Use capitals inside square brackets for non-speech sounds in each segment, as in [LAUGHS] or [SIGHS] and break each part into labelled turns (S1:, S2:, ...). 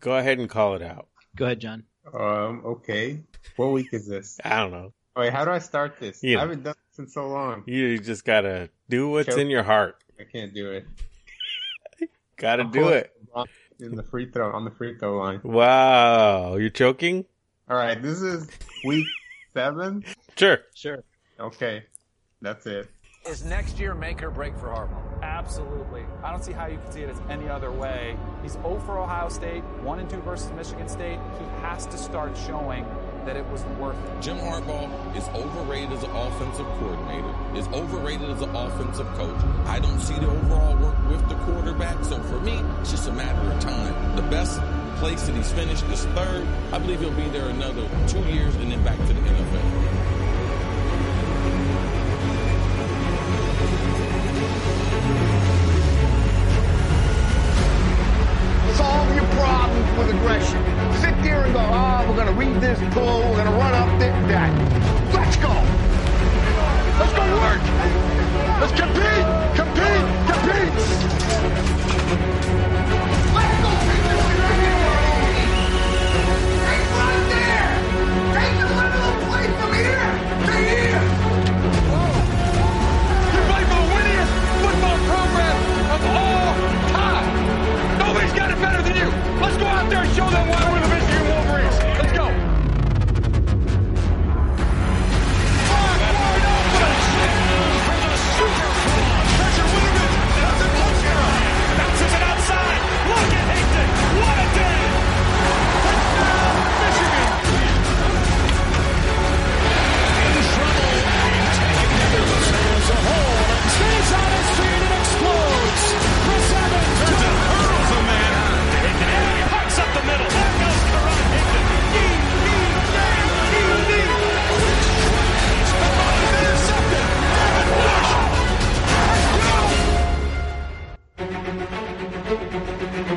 S1: Go ahead and call it out.
S2: Go ahead, John.
S3: Um, okay. What week is this?
S1: I don't know.
S3: Wait, how do I start this?
S1: You know.
S3: I haven't done this in so long.
S1: You just gotta do what's
S3: Okay.
S1: in your heart.
S3: I can't do it.
S1: Gotta
S3: I'm
S1: do
S3: holding
S1: it.
S3: the ball In the free throw, on the free throw line.
S1: Wow, you're choking?
S3: All right, this is week seven.
S1: Sure.
S2: Sure.
S3: Okay, that's it.
S4: Is next year make or break for Harbaugh?
S5: Absolutely. I don't see how you can see it as any other way. He's 0 for Ohio State, 1 and 2 versus Michigan State. He has to start showing that it was worth it.
S6: Jim Harbaugh is overrated as an offensive coordinator, is overrated as an offensive coach. I don't see the overall work with the quarterback, so for me, it's just a matter of time. The best place that he's finished is third. I believe he'll be there another two years and then back to the NFL.
S7: Solve your problem with aggression. Sit there and go, ah, we're gonna read this pull, we're gonna run up this, that. Let's go! Let's go work! Let's compete! Compete! Compete! Let's go beat this dragon! It's right there! Take the level of play from here to here! You're right, the winniest football program of all time! Nobody's got it better than you. Let's go out there and show them why we're the Michigan Wolverines. Let's go.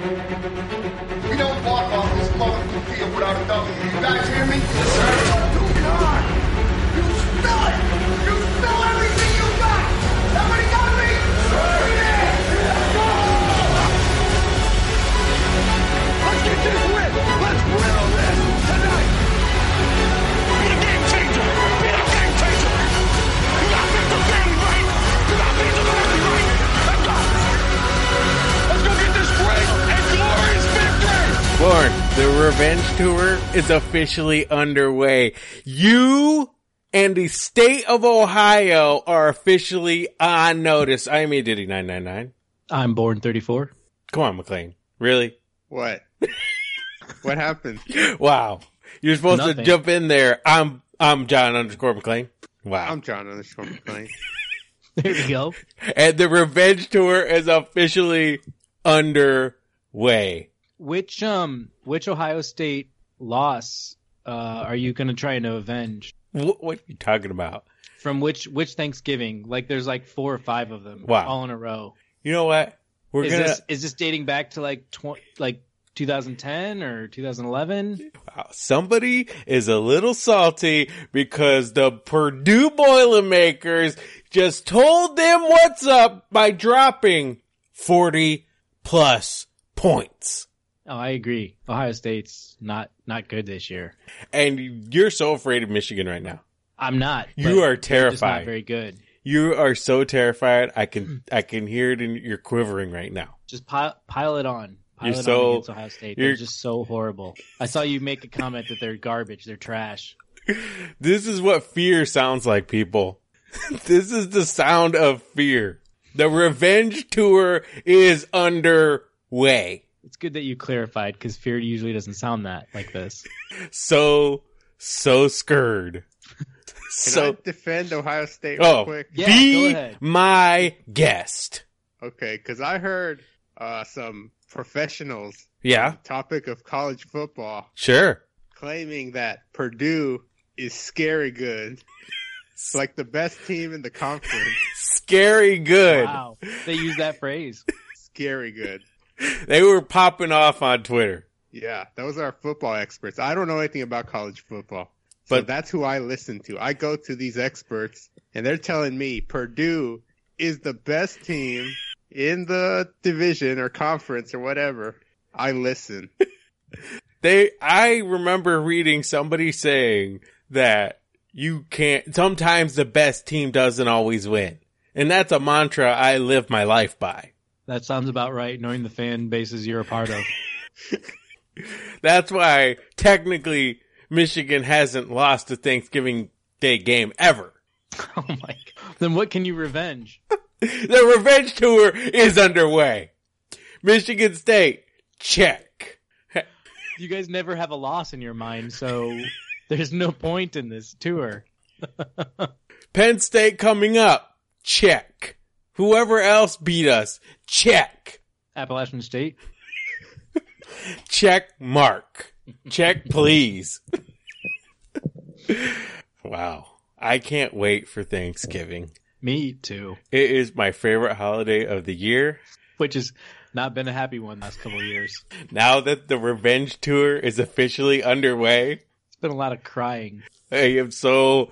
S7: We don't walk off this motherfucking field without a W. You guys hear me? Yes, sir. You are. You smell it. You smell everything you got. Somebody got me? Bring it in. Let's go. Let's get this win. Let's win on this tonight. Be a game changer. Be a game changer. You got to the game right. You got to the game right. Let's go. Let's go get this great and glorious victory.
S1: Lauren, the revenge tour is officially underway. You and the state of Ohio are officially on notice. I am a Diddy 999.
S2: I'm born 34.
S1: Come on, McLean. Really?
S3: [LAUGHS] What? what happened?
S1: Wow. You're supposed to
S2: Nothing.
S1: jump in there. I'm, I'm John underscore McLean. Wow.
S3: I'm John on the show. McLean.
S2: [LAUGHS] There you go.
S1: and the revenge tour is officially underway.
S2: Which um which Ohio State loss uh are you going to try to avenge?
S1: What, what are you talking about?
S2: From which which Thanksgiving? Like there's like four or five of them
S1: Wow.
S2: all in a row.
S1: You know what? We're
S2: Is
S1: gonna.
S2: this is this dating back to like tw- like 2010 or 2011?
S1: Wow. Somebody is a little salty because the Purdue Boilermakers just told them what's up by dropping 40 plus points.
S2: Oh, I agree. Ohio State's not not good this year.
S1: And you're so afraid of Michigan right now.
S2: I'm not.
S1: You
S2: but
S1: are
S2: they're just
S1: terrified.
S2: Not very good.
S1: You are so terrified. I can, I can hear it in your quivering right now.
S2: Just pile, pile it on. Pile
S1: You're
S2: it
S1: so-
S2: on against Ohio State. They're
S1: you're-
S2: just so horrible. I saw you make a comment that they're garbage. They're trash.
S1: This is what fear sounds like, people. [LAUGHS] this is the sound of fear. The revenge tour is underway.
S2: It's good that you clarified because fear usually doesn't sound that like this.
S1: So, so scared.
S3: [LAUGHS] Can
S1: so,
S3: I defend Ohio State real
S1: oh,
S3: quick?
S2: Yeah, go
S1: be
S2: ahead.
S1: my guest.
S3: Okay, because I heard uh, some professionals,
S1: Yeah,
S3: topic of college football,
S1: sure.
S3: claiming that Purdue is
S1: [LAUGHS]
S3: scary good. It's like the best team in the conference.
S1: Scary [LAUGHS] good.
S2: Wow, they use that phrase.
S3: scary good.
S1: They were popping off on Twitter.
S3: Yeah, those are football experts. I don't know anything about college football. So
S1: But-
S3: that's who I listen to. I go to these experts and they're telling me Purdue is the best team in the division or conference or whatever. I listen.
S1: They, I remember reading somebody saying that you can't, sometimes the best team doesn't always win. And that's a mantra I live my life by.
S2: That sounds about right, knowing the fan bases you're a part of. [LAUGHS]
S1: That's why technically Michigan hasn't lost a Thanksgiving Day game ever.
S2: oh my god. Then what can you revenge?
S1: The revenge tour is underway. Michigan State, check.
S2: You guys never have a loss in your mind, so there's no point in this tour.
S1: Penn State coming up, check. Whoever else beat us, check.
S2: Appalachian State.
S1: Check mark. Check please. wow. I can't wait for Thanksgiving.
S2: Me too.
S1: It is my favorite holiday of the year.
S2: Which has not been a happy one last couple of years.
S1: Now that the revenge tour is officially underway,
S2: It's been a lot of crying.
S1: I am so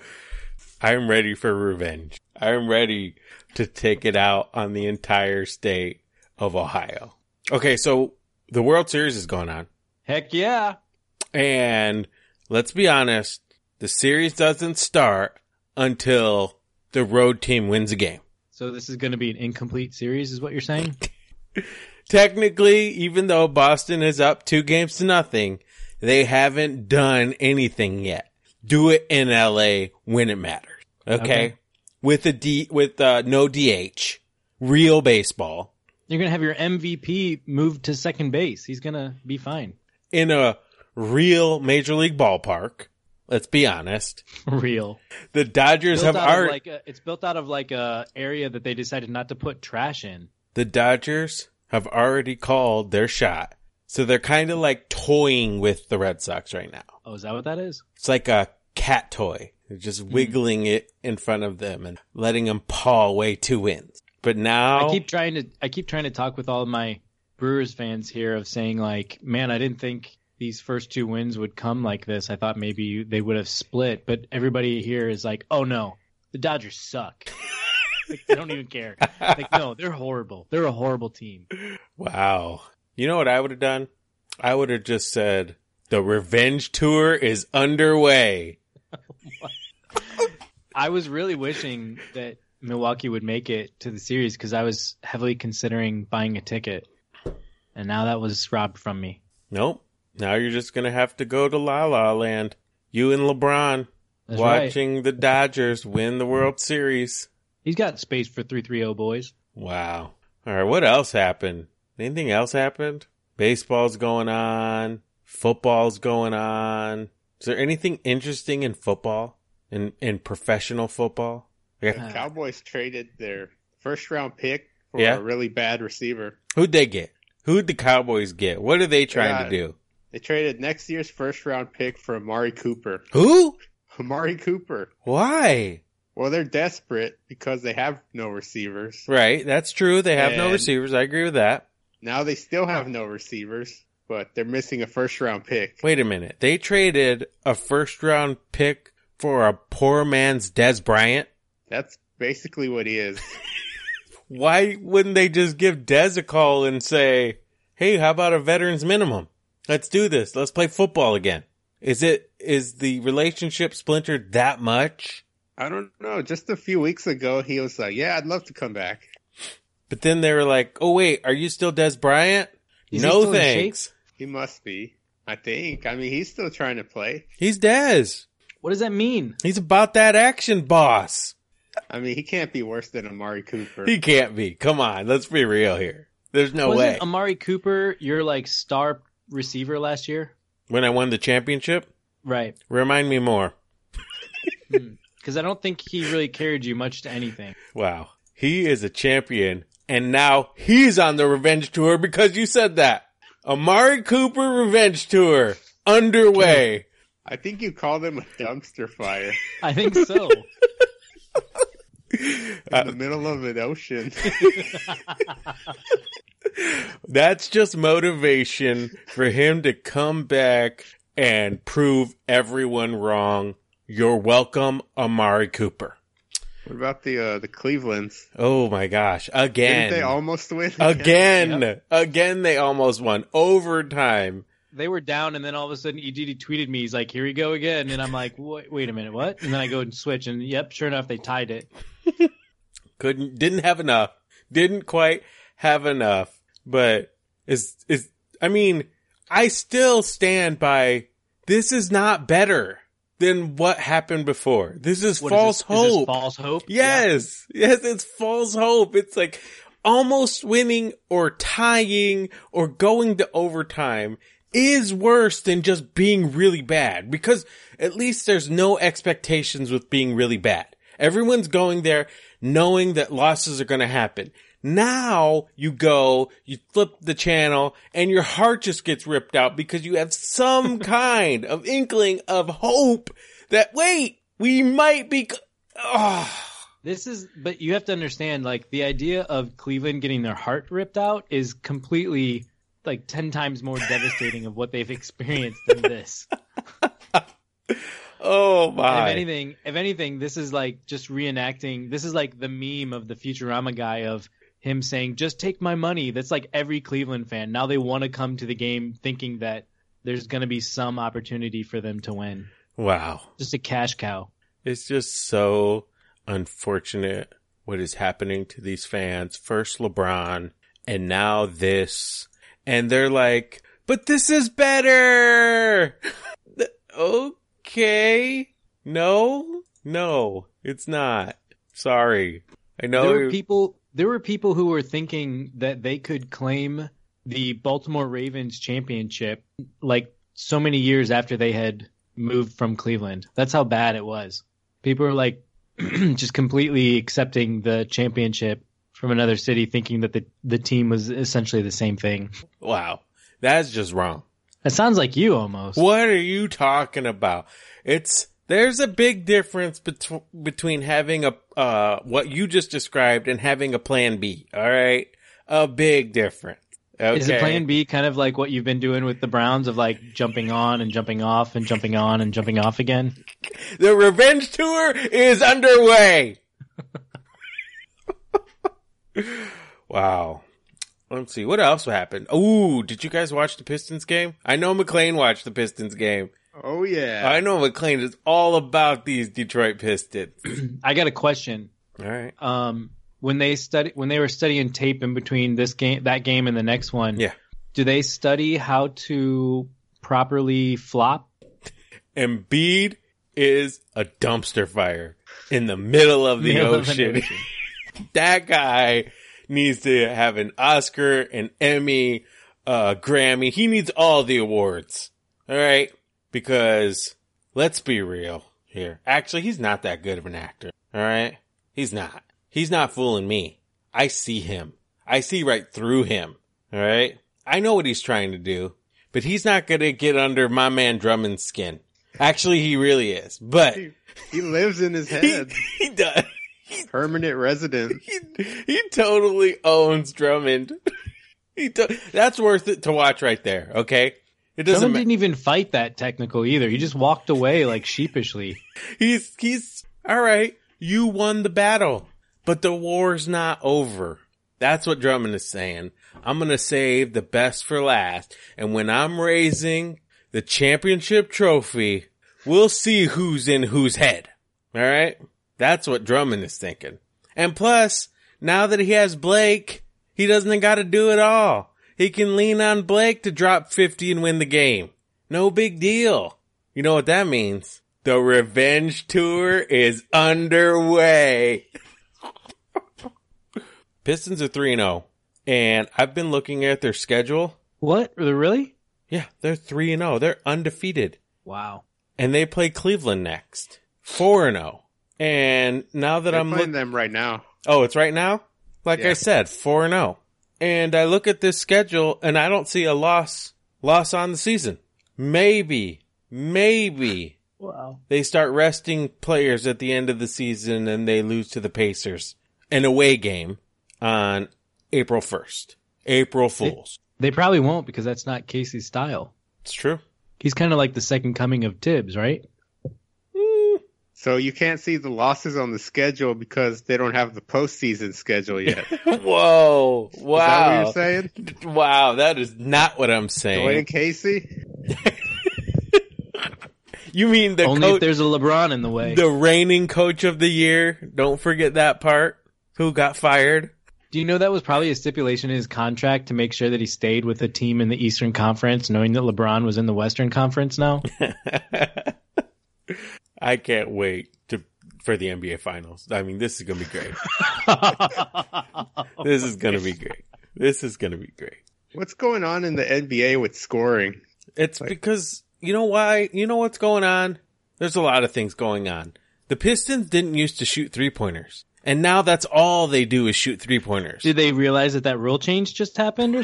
S1: I'm ready for revenge. I'm ready to take it out on the entire state of Ohio. Okay, so the World Series is going on.
S2: Heck yeah.
S1: And let's be honest, the series doesn't start until the road team wins a game.
S2: So this is gonna be an incomplete series, is what you're saying?
S1: Technically, even though Boston is up two games to nothing, they haven't done anything yet. Do it in LA when it matters. Okay.
S2: Okay.
S1: With a D, with uh, no DH, real baseball
S2: You're gonna have your MVP moved to second base. He's gonna be fine.
S1: in a real major league ballpark. Let's be honest.
S2: Real.
S1: The Dodgers have
S2: Built out of
S1: already,
S2: like a, it's built out of like a area that they decided not to put trash in.
S1: the Dodgers have already called their shot. So they're kind of like toying with the Red Sox right now.
S2: Oh, is that what that is?
S1: It's like a cat toy. They're just
S2: Mm-hmm.
S1: wiggling it in front of them and letting them paw away two wins. But now,
S2: I keep trying to I keep trying to talk with all of my Brewers fans here of saying like, man, I didn't think these first two wins would come like this. I thought maybe they would have split, but everybody here is like, oh no, the Dodgers suck. [LAUGHS] like, they don't even care. Like, no, they're horrible. They're a horrible team.
S1: wow. You know what I would have done? I would have just said, the revenge tour is underway.
S2: I was really wishing that Milwaukee would make it to the series because I was heavily considering buying a ticket, and now that was robbed from me.
S1: Nope. Now you're just going to have to go to La La Land. You and LeBron
S2: That's right.
S1: watching the Dodgers win the World Series.
S2: He's got space for three three zero boys.
S1: Wow. All right. What else happened? Anything else happened? Baseball's going on. Football's going on. Is there anything interesting in football? In in professional football? Yeah.
S3: Uh-huh.
S2: Uh,
S3: Cowboys traded their first round pick for
S1: Yeah.
S3: a really bad receiver.
S1: Who'd they get? Who'd the Cowboys get? What are they trying to
S3: God.
S1: do?
S3: They traded next year's first round pick for Amari Cooper.
S1: Who?
S3: Amari Cooper.
S1: Why?
S3: Well, they're desperate because they have no receivers.
S1: Right. That's true. They have no
S3: And-
S1: receivers. I agree with that.
S3: Now they still have no receivers, but they're missing a first round pick.
S1: Wait a minute. They traded a first round pick for a poor man's Des Bryant.
S3: That's basically what he is.
S1: why wouldn't they just give Dez a call and say, Hey, how about a veterans minimum? Let's do this. Let's play football again. Is it, is the relationship splintered that much?
S3: I don't know. Just a few weeks ago, he was like, "Yeah, I'd love to come back."
S1: But then they were like, Oh wait, are you still Des Bryant?
S2: Is he
S1: no
S2: still in shape?
S1: thanks.
S3: He must be. I think. I mean, he's still trying to play.
S1: He's Dez.
S2: What does that mean?
S1: He's about that action boss.
S3: I mean, he can't be worse than Amari Cooper.
S1: He can't be. Come on. Let's be real here. There's no
S2: Wasn't
S1: way.
S2: Amari Cooper your like star receiver last year?
S1: when I won the championship,
S2: Right.
S1: remind me more.
S2: Because I don't think he really carried you much to anything.
S1: Wow. He is a champion. And now he's on the revenge tour because you said that. Amari Cooper revenge tour underway.
S3: I think you called him a dumpster fire
S2: I think
S1: [LAUGHS]
S2: so.
S1: Uh,
S3: in the middle of an ocean. [LAUGHS]
S1: That's just motivation for him to come back and prove everyone wrong. You're welcome, Amari Cooper.
S3: what about the uh, the Clevelands?
S1: Oh my gosh. Again.
S3: Didn't they almost win
S1: Again, again, they almost won overtime.
S2: they were down, and then all of a sudden, EGD tweeted me. He's like, "Here we go again," and I'm like, "Wait, wait a minute, what?" And then I go and switch, and yep, sure enough, they tied it.
S1: Couldn't, didn't have enough. Didn't quite have enough. But is is I mean, I still stand by. This is not better than what happened before. This is
S2: What is
S1: false
S2: this? Is this
S1: hope.
S2: false hope.
S1: Yes. Yes, it's false hope. It's like almost winning or tying or going to overtime is worse than just being really bad because at least there's no expectations with being really bad. Everyone's going there knowing that losses are going to happen. Now you go, you flip the channel and your heart just gets ripped out because you have some kind of inkling of hope that wait, we might be, c- oh.
S2: This is, but you have to understand, like the idea of Cleveland getting their heart ripped out is completely like ten times more devastating of what they've experienced
S1: [LAUGHS]
S2: than this.
S1: Oh
S2: And
S1: my!
S2: if anything, if anything, this is like just reenacting. This is like the meme of the Futurama guy of him saying, "Just take my money." That's like every Cleveland fan now. They want to come to the game thinking that there's going to be some opportunity for them to win.
S1: wow,
S2: Just a cash cow.
S1: it's just so unfortunate what is happening to these fans. First LeBron, and now this, and they're like, "But this is better." [LAUGHS] Th- okay, no, no, it's not. Sorry, I know.
S2: there were
S1: you-
S2: people. There were people who were thinking that they could claim the Baltimore Ravens championship, like so many years after they had moved from Cleveland. That's how bad it was. People were like [CLEARS THROAT] just completely accepting the championship from another city, thinking that the the team was essentially the same thing.
S1: wow, that's just wrong.
S2: That sounds like you almost.
S1: What are you talking about? It's there's a big difference betw- between having a uh what you just described and having a plan B. All right, a big difference. Okay.
S2: Is it plan B kind of like what you've been doing with the Browns of like jumping on and jumping off and jumping on and jumping off again?
S1: The revenge tour is underway. [LAUGHS] wow. Let's see what else happened. Ooh, did you guys watch the Pistons game? I know McLean watched the Pistons game.
S3: [LAUGHS] Oh yeah.
S1: I know McLean is all about these Detroit Pistons.
S2: I got a question.
S1: All right.
S2: um, when they study when they were studying tape in between this game that game and the next one
S1: Yeah.
S2: do they study how to properly flop
S1: Embiid is a dumpster fire in the middle of the
S2: Middle of an
S1: ocean.
S2: [LAUGHS]
S1: that guy needs to have an Oscar, an Emmy, a Grammy. He needs all the awards. All right. Because let's be real here. Actually, he's not that good of an actor. All right. He's not. He's not fooling me. I see him. I see right through him. All right. I know what he's trying to do, but he's not going to get under my man Drummond's skin. Actually, he really is, but
S3: He, he lives in his
S1: Uh, he,
S3: head.
S1: [LAUGHS] he does.
S3: Permanent resident.
S1: He, he totally owns Drummond. [LAUGHS] He to- that's worth it to watch right there. Okay. It doesn't
S2: Drummond
S1: matter.
S2: didn't even fight that technical either he just walked away like sheepishly
S1: He's, he's, all right. You won the battle, but the war's not over. That's what Drummond is saying. I'm going to save the best for last. And when I'm raising the championship trophy, we'll see who's in whose head. All right. That's what Drummond is thinking. And plus, now that he has Blake, he doesn't got to do it all. He can lean on Blake to drop 50 and win the game. No big deal. You know what that means? The revenge tour is underway. [LAUGHS] Pistons are 3 and 0, and I've been looking at their schedule.
S2: what really
S1: Yeah, they're 3 and 0. They're undefeated
S2: wow
S1: and they play Cleveland next. 4 and 0. And now that
S3: But I'm
S1: I'm
S3: playing
S1: looking
S3: them right now.
S1: Oh, it's right now? Like I
S3: Yeah.
S1: said, 4 and 0. And I look at this schedule and I don't see a loss loss on the season. Maybe maybe
S2: wow
S1: they start resting players at the end of the season and they lose to the Pacers an away game on April 1st. April Fools.
S2: they probably won't because that's not casey's style
S1: It's true.
S2: he's kind of like the second coming of tibbs right
S3: So you can't see the losses on the schedule because they don't have the postseason schedule yet. Is
S1: [LAUGHS] Whoa!
S3: that what
S1: Wow!
S3: you're saying?
S1: Wow! That is not what I'm
S3: Dwayne
S1: saying.
S3: and Casey?
S1: You mean the
S2: Only if
S1: coach,
S2: there's a LeBron in the way.
S1: Oh, the reigning coach of the year? Don't forget that part. Who got fired? [LAUGHS]
S2: Do you know that was probably a stipulation in his contract to make sure that he stayed with a team in the Eastern Conference, knowing that LeBron was in the Western Conference now?
S1: I can't wait to for the NBA Finals. I mean, this is gonna be great. this is gonna be great. This is gonna be great.
S3: What's going on in the NBA with scoring?
S1: It's because you know why? You know what's going on? There's a lot of things going on. The Pistons didn't used to shoot three pointers, and now that's all they do is shoot three pointers.
S2: Did they realize that that rule change just happened or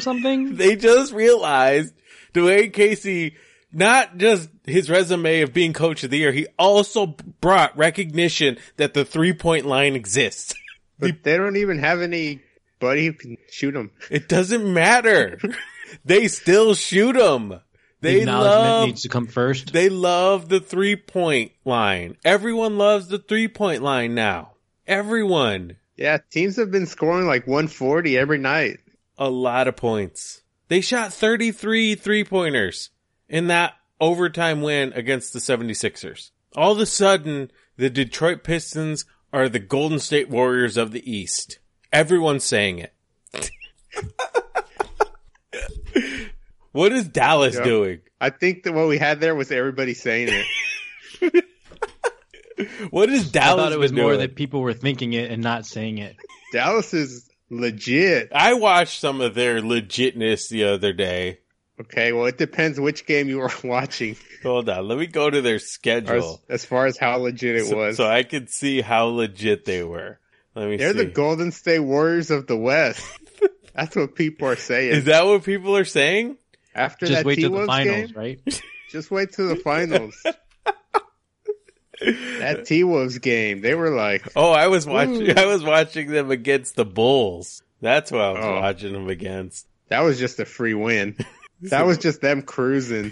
S1: [LAUGHS]
S2: something?
S1: They just realized Dwayne Casey, not just his resume of being coach of the year, he also brought recognition that the three point line exists. [LAUGHS]
S3: But they don't even have anybody who can shoot them.
S1: It doesn't
S2: [LAUGHS]
S1: matter. they still shoot them.
S2: the
S1: They
S2: acknowledgement
S1: love
S2: needs to come first.
S1: They love the three point line. Everyone loves the three point line now. Everyone.
S3: Yeah, teams have been scoring like 140 every night.
S1: A lot of points. They shot 33 three pointers in that overtime win against the 76ers. All of a sudden, the Detroit Pistons are the Golden State Warriors of the East. Everyone's saying it. [LAUGHS] what is Dallas
S3: Yeah.
S1: doing?
S3: I think that what we had there was everybody saying
S1: [LAUGHS]
S3: it.
S1: What is
S2: I
S1: Dallas
S2: thought it was
S1: been
S2: more
S1: doing?
S2: that people were thinking it and not saying it.
S3: Dallas is legit.
S1: I watched some of their legitness the other day.
S3: Okay, well, it depends which game you were [LAUGHS] watching
S1: Hold on, let me go to their
S3: as,
S1: schedule
S3: as far as how legit it
S1: so,
S3: was.
S1: so I could see how legit they were. Let me
S3: They're
S1: see.
S3: the Golden State Warriors of
S1: [LAUGHS]
S3: the West. That's what people are saying.
S1: Is that what people are saying?
S3: After
S2: Just
S3: that
S2: wait till
S3: T-Wolves
S2: the finals,
S3: game,
S2: right?
S3: just wait till
S1: [LAUGHS]
S3: the finals. that T Wolves game, they were like,
S1: Oh, I was watching. [LAUGHS] I was watching them against the Bulls. That's what I was
S3: Oh.
S1: watching them against.
S3: that was just a free win.
S1: [LAUGHS]
S3: That was just them cruising.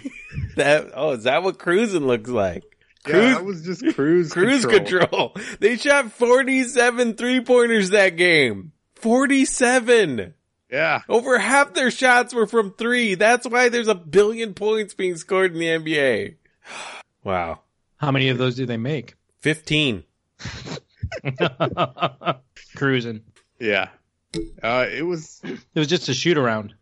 S1: That oh, is that what cruising looks like?
S3: yeah,
S1: Cruise-
S3: that was just cruise
S1: Cruise control. [LAUGHS] They shot 47 three pointers that game. 47.
S3: Yeah,
S1: Over half their shots were from three. That's why there's a billion points being scored in the NBA. [SIGHS] Wow.
S2: How many of those do they make? [LAUGHS]
S3: [LAUGHS]
S1: 15.
S2: Cruising.
S3: yeah. Uh, it was.
S2: It was just a shoot around.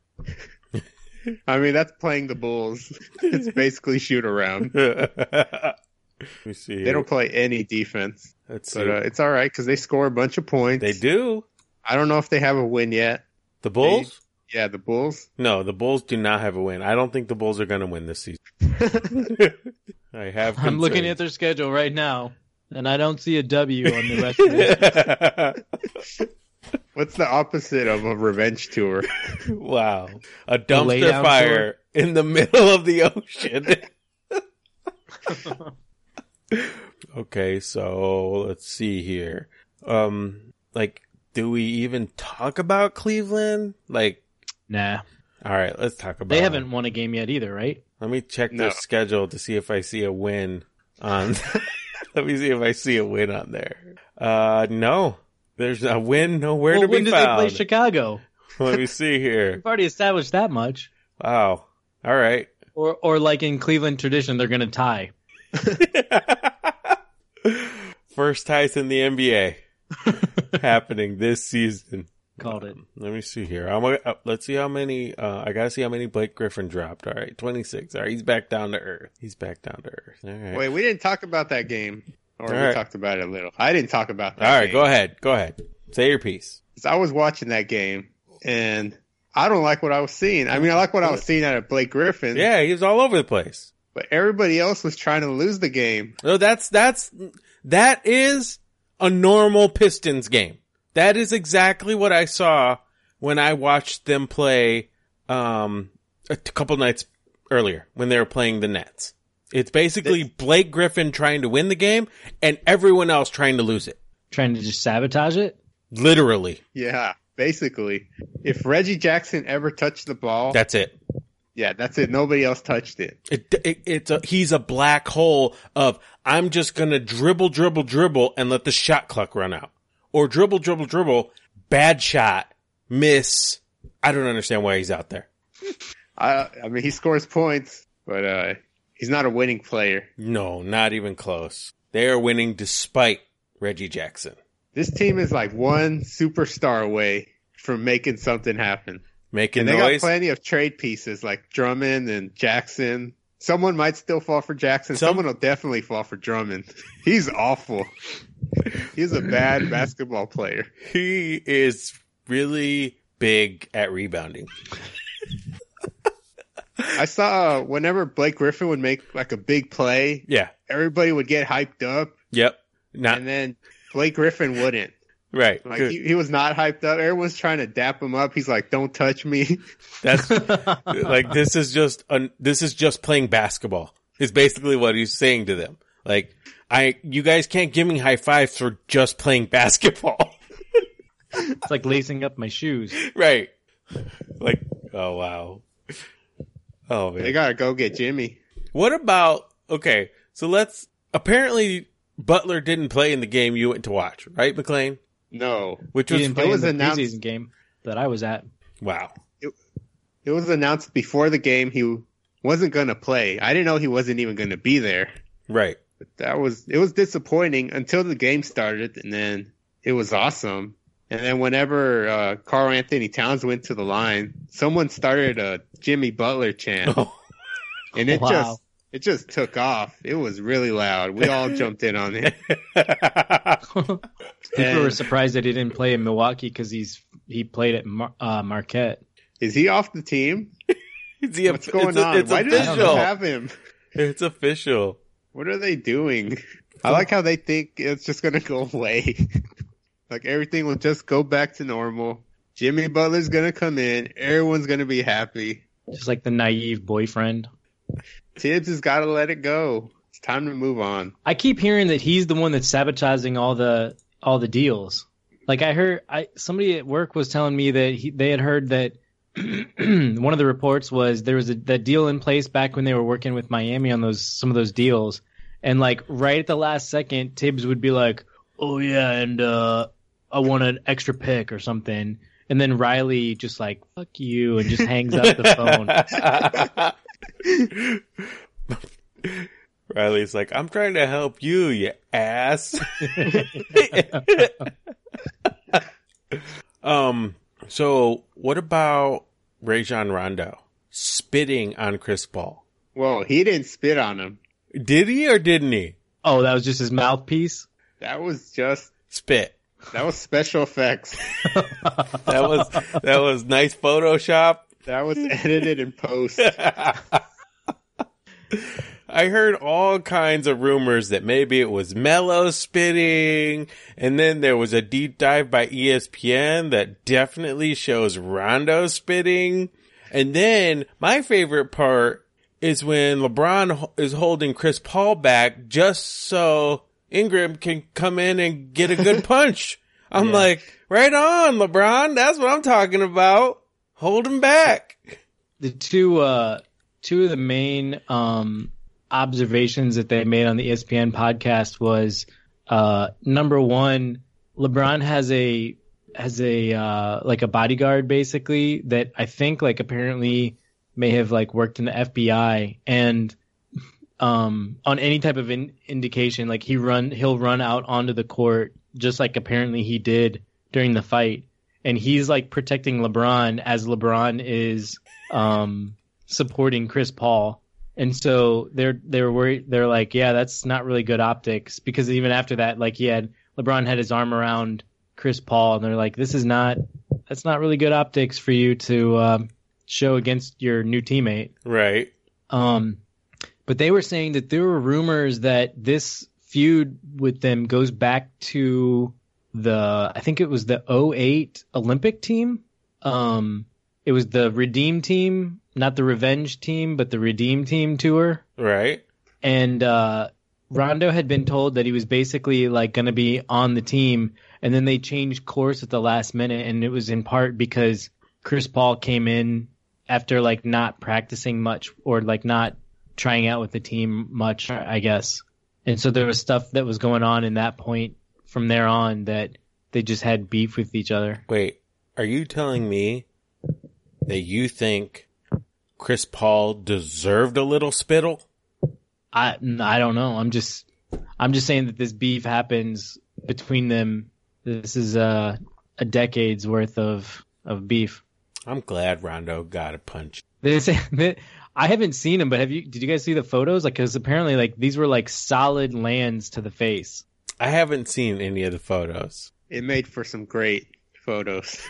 S3: I mean, that's playing
S1: [LAUGHS]
S3: the Bulls. It's basically shoot around.
S1: Let me see.
S3: They don't play any defense,
S1: Let's see.
S3: but uh, it's all right because they score a bunch of points.
S1: they do.
S3: I don't know if they have a win yet.
S1: The Bulls?
S3: Yeah, the Bulls.
S1: No, the Bulls do not have a win. I don't think the Bulls are going to win this season. I have.
S2: I'm looking at their schedule right now, and I don't see a W on
S1: [LAUGHS]
S2: the rest of it.
S1: at.
S3: What's the opposite of a revenge
S1: [LAUGHS]
S3: tour?
S1: [LAUGHS] wow. A
S2: laydown
S1: dumpster fire in the [LAUGHS] middle of the ocean. [LAUGHS] okay, so let's see here. Um like do we even talk about Cleveland? Like
S2: Nah.
S1: all right, let's talk about
S2: They haven't won a game yet either, right?
S1: Let me check
S3: No.
S1: their schedule to see if I see a win on [LAUGHS] Let me see if I see a win on there. Uh no. There's a win nowhere
S2: well,
S1: to
S2: when
S1: be
S2: did they play
S1: found.
S2: Chicago?
S1: Let me see here.
S2: We've already established that much.
S1: Wow. All right. [LAUGHS]
S2: Or, or like in Cleveland tradition, they're going to tie.
S1: First ties in the
S2: [LAUGHS]
S1: NBA happening this season.
S2: Called it.
S1: Let me see here. I'm, uh, let's see how many. Uh, I gotta see how many Blake Griffin dropped. All right, 26. All right, he's back down to earth. He's back down to earth. All right.
S3: Wait, we didn't talk about that game, or we
S1: All right.
S3: talked about it a little. I didn't talk about that.
S1: All right,
S3: game.
S1: go ahead. Go ahead. Say your piece.
S3: 'Cause I was watching that game, and I don't like what I was seeing. I mean, I like what I was seeing out of Blake Griffin.
S1: Yeah, he was all over the place.
S3: but everybody else was trying to lose the game.
S1: No, that's that's that is a normal Pistons game. That is exactly what I saw when I watched them play um a t- couple nights earlier when they were playing the Nets. It's basically Blake Griffin trying to win the game and everyone else trying to lose it.
S2: Trying to just sabotage it?
S1: Literally.
S3: Yeah, basically, if Reggie Jackson ever touched the ball,
S1: That's it.
S3: Yeah, that's it. Nobody else touched it.
S1: It, it, it's a, he's a black hole of I'm just gonna dribble, dribble, dribble, and let the shot clock run out, or dribble, dribble, dribble, bad shot, miss. I don't understand why he's out there.
S3: I I mean he scores points, but uh he's not a winning player.
S1: No, not even close. They are winning despite Reggie Jackson
S3: This team is like one superstar away from making something happen.
S1: making
S3: And they got
S1: noise.
S3: plenty of trade pieces like Drummond and Jackson. Someone might still fall for Jackson.
S1: Some-
S3: Someone will definitely fall for Drummond. [LAUGHS] He's awful. He's
S1: [LAUGHS]
S3: a bad basketball player.
S1: He is really big at rebounding.
S3: I saw uh, whenever Blake Griffin would make like a big play,
S1: Yeah.
S3: everybody would get hyped up,
S1: Yep. Not
S3: and then Blake Griffin wouldn't.
S1: right.
S3: Like
S1: Ah. Good.
S3: he, he was not hyped up. Everyone's trying to dap him up. He's like, "Don't
S1: [LAUGHS]
S3: touch me."
S1: That's [LAUGHS] like this is just un, this is just playing basketball. Is basically what he's saying to them. Like I, you guys can't give me high fives for just playing basketball, [LAUGHS]
S2: It's like lacing up my
S3: [LAUGHS]
S2: shoes.
S1: right? Like oh wow, oh man.
S3: They gotta go get Jimmy.
S1: What about okay? So let's apparently Butler didn't play in the game you went to watch, right, McLean?
S3: No,
S1: Which
S2: He
S1: was
S2: didn't play
S3: was
S2: in the
S3: announced-
S2: preseason game that I was at. [LAUGHS]
S1: wow.
S3: it was announced before the game he wasn't gonna play. I didn't know he wasn't even gonna be there.
S1: Right. [LAUGHS]
S3: But that was it was disappointing until the game started, and then it was awesome. And then whenever uh, Carl Anthony Towns went to the line, someone started a Jimmy Butler chant,
S1: Oh,
S3: and it
S2: Wow.
S3: just it just took off. It was really loud. We all jumped in on
S1: [LAUGHS]
S3: it.
S2: People
S3: And-
S2: were surprised that he didn't play in Milwaukee because he's he played at Mar- uh, Marquette.
S3: Is he off the team?
S1: it's the-
S3: What's going
S1: it's a-
S3: on?
S1: It's
S3: Why do they
S1: official.
S3: still have him?
S1: It's official.
S3: What are they doing? I like how they think it's just gonna go away. [LAUGHS] like everything will just go back to normal. Jimmy Butler's gonna come in. Everyone's gonna be happy.
S2: Just like the naive boyfriend.
S3: Tibbs has gotta let it go. It's time to move on.
S2: I keep hearing that he's the one that's sabotaging all the all the deals. Like I heard, I somebody at work was telling me that he, they had heard that [CLEARS THROAT] one of the reports was there was a, that deal in place back when they were working with Miami on those some of those deals, and like right at the last second, Tibbs would be like, "Oh yeah, and uh, I want an extra pick or something," and then Riley just like "fuck you" and just hangs up the phone.
S1: [LAUGHS] Riley's like, I'm trying to help you, you ass. [LAUGHS] um. So, what about Rajon Rondo spitting on Chris Paul?
S3: Well, he didn't spit on him.
S1: Did he or didn't he
S2: Oh, that was just his mouthpiece.
S3: That was just
S1: spit?
S3: that was special effects.
S1: That was that was nice Photoshop. [LAUGHS]
S3: That was edited in post.
S1: I heard all kinds of rumors that maybe it was Mello spitting, and then there was a deep dive by E ESPN that definitely shows Rondo spitting. And then my favorite part is when LeBron ho- is holding Chris Paul back just so Ingram can come in and get a [LAUGHS] good punch. I'm like, right on, LeBron. That's what I'm talking about. Hold him back.
S2: the two uh two of the main um observations that they made on the E ESPN podcast was uh number 1 LeBron has a has a uh like a bodyguard basically that I think like apparently may have like worked in the FBI and um on any type of in- indication like he run he'll run out onto the court just like apparently he did during the fight and he's like protecting LeBron as LeBron is um, supporting Chris Paul. And so they're they're worried. They're like, yeah, that's not really good optics because even after that, like he had LeBron had his arm around Chris Paul, and they're like, this is not that's not really good optics for you to um, show against your new teammate.
S1: Right.
S2: Um, but they were saying that there were rumors that this feud with them goes back to the I think it was the 08 Olympic team. Um, it was the Redeem team, not the Revenge team, but the Redeem team tour
S1: Right.
S2: and uh, Rondo had been told that he was basically like going to be on the team, and then they changed course at the last minute, and it was in part because Chris Paul came in after like not practicing much or like not trying out with the team much, I guess. And so there was stuff that was going on in that point from there on that they just had beef with each other.
S1: Wait, are you telling me that you think Chris Paul deserved a little spittle?
S2: I I don't know. I'm just I'm just saying that this beef happens between them. This is a a decade's worth of of beef.
S1: I'm glad Rondo got a punch.
S2: They say [LAUGHS] that I haven't seen them, but have you? Did you guys see the photos? Like, because apparently, like these were like solid lands to the face.
S1: I haven't seen any of the photos.
S3: It made for some great photos.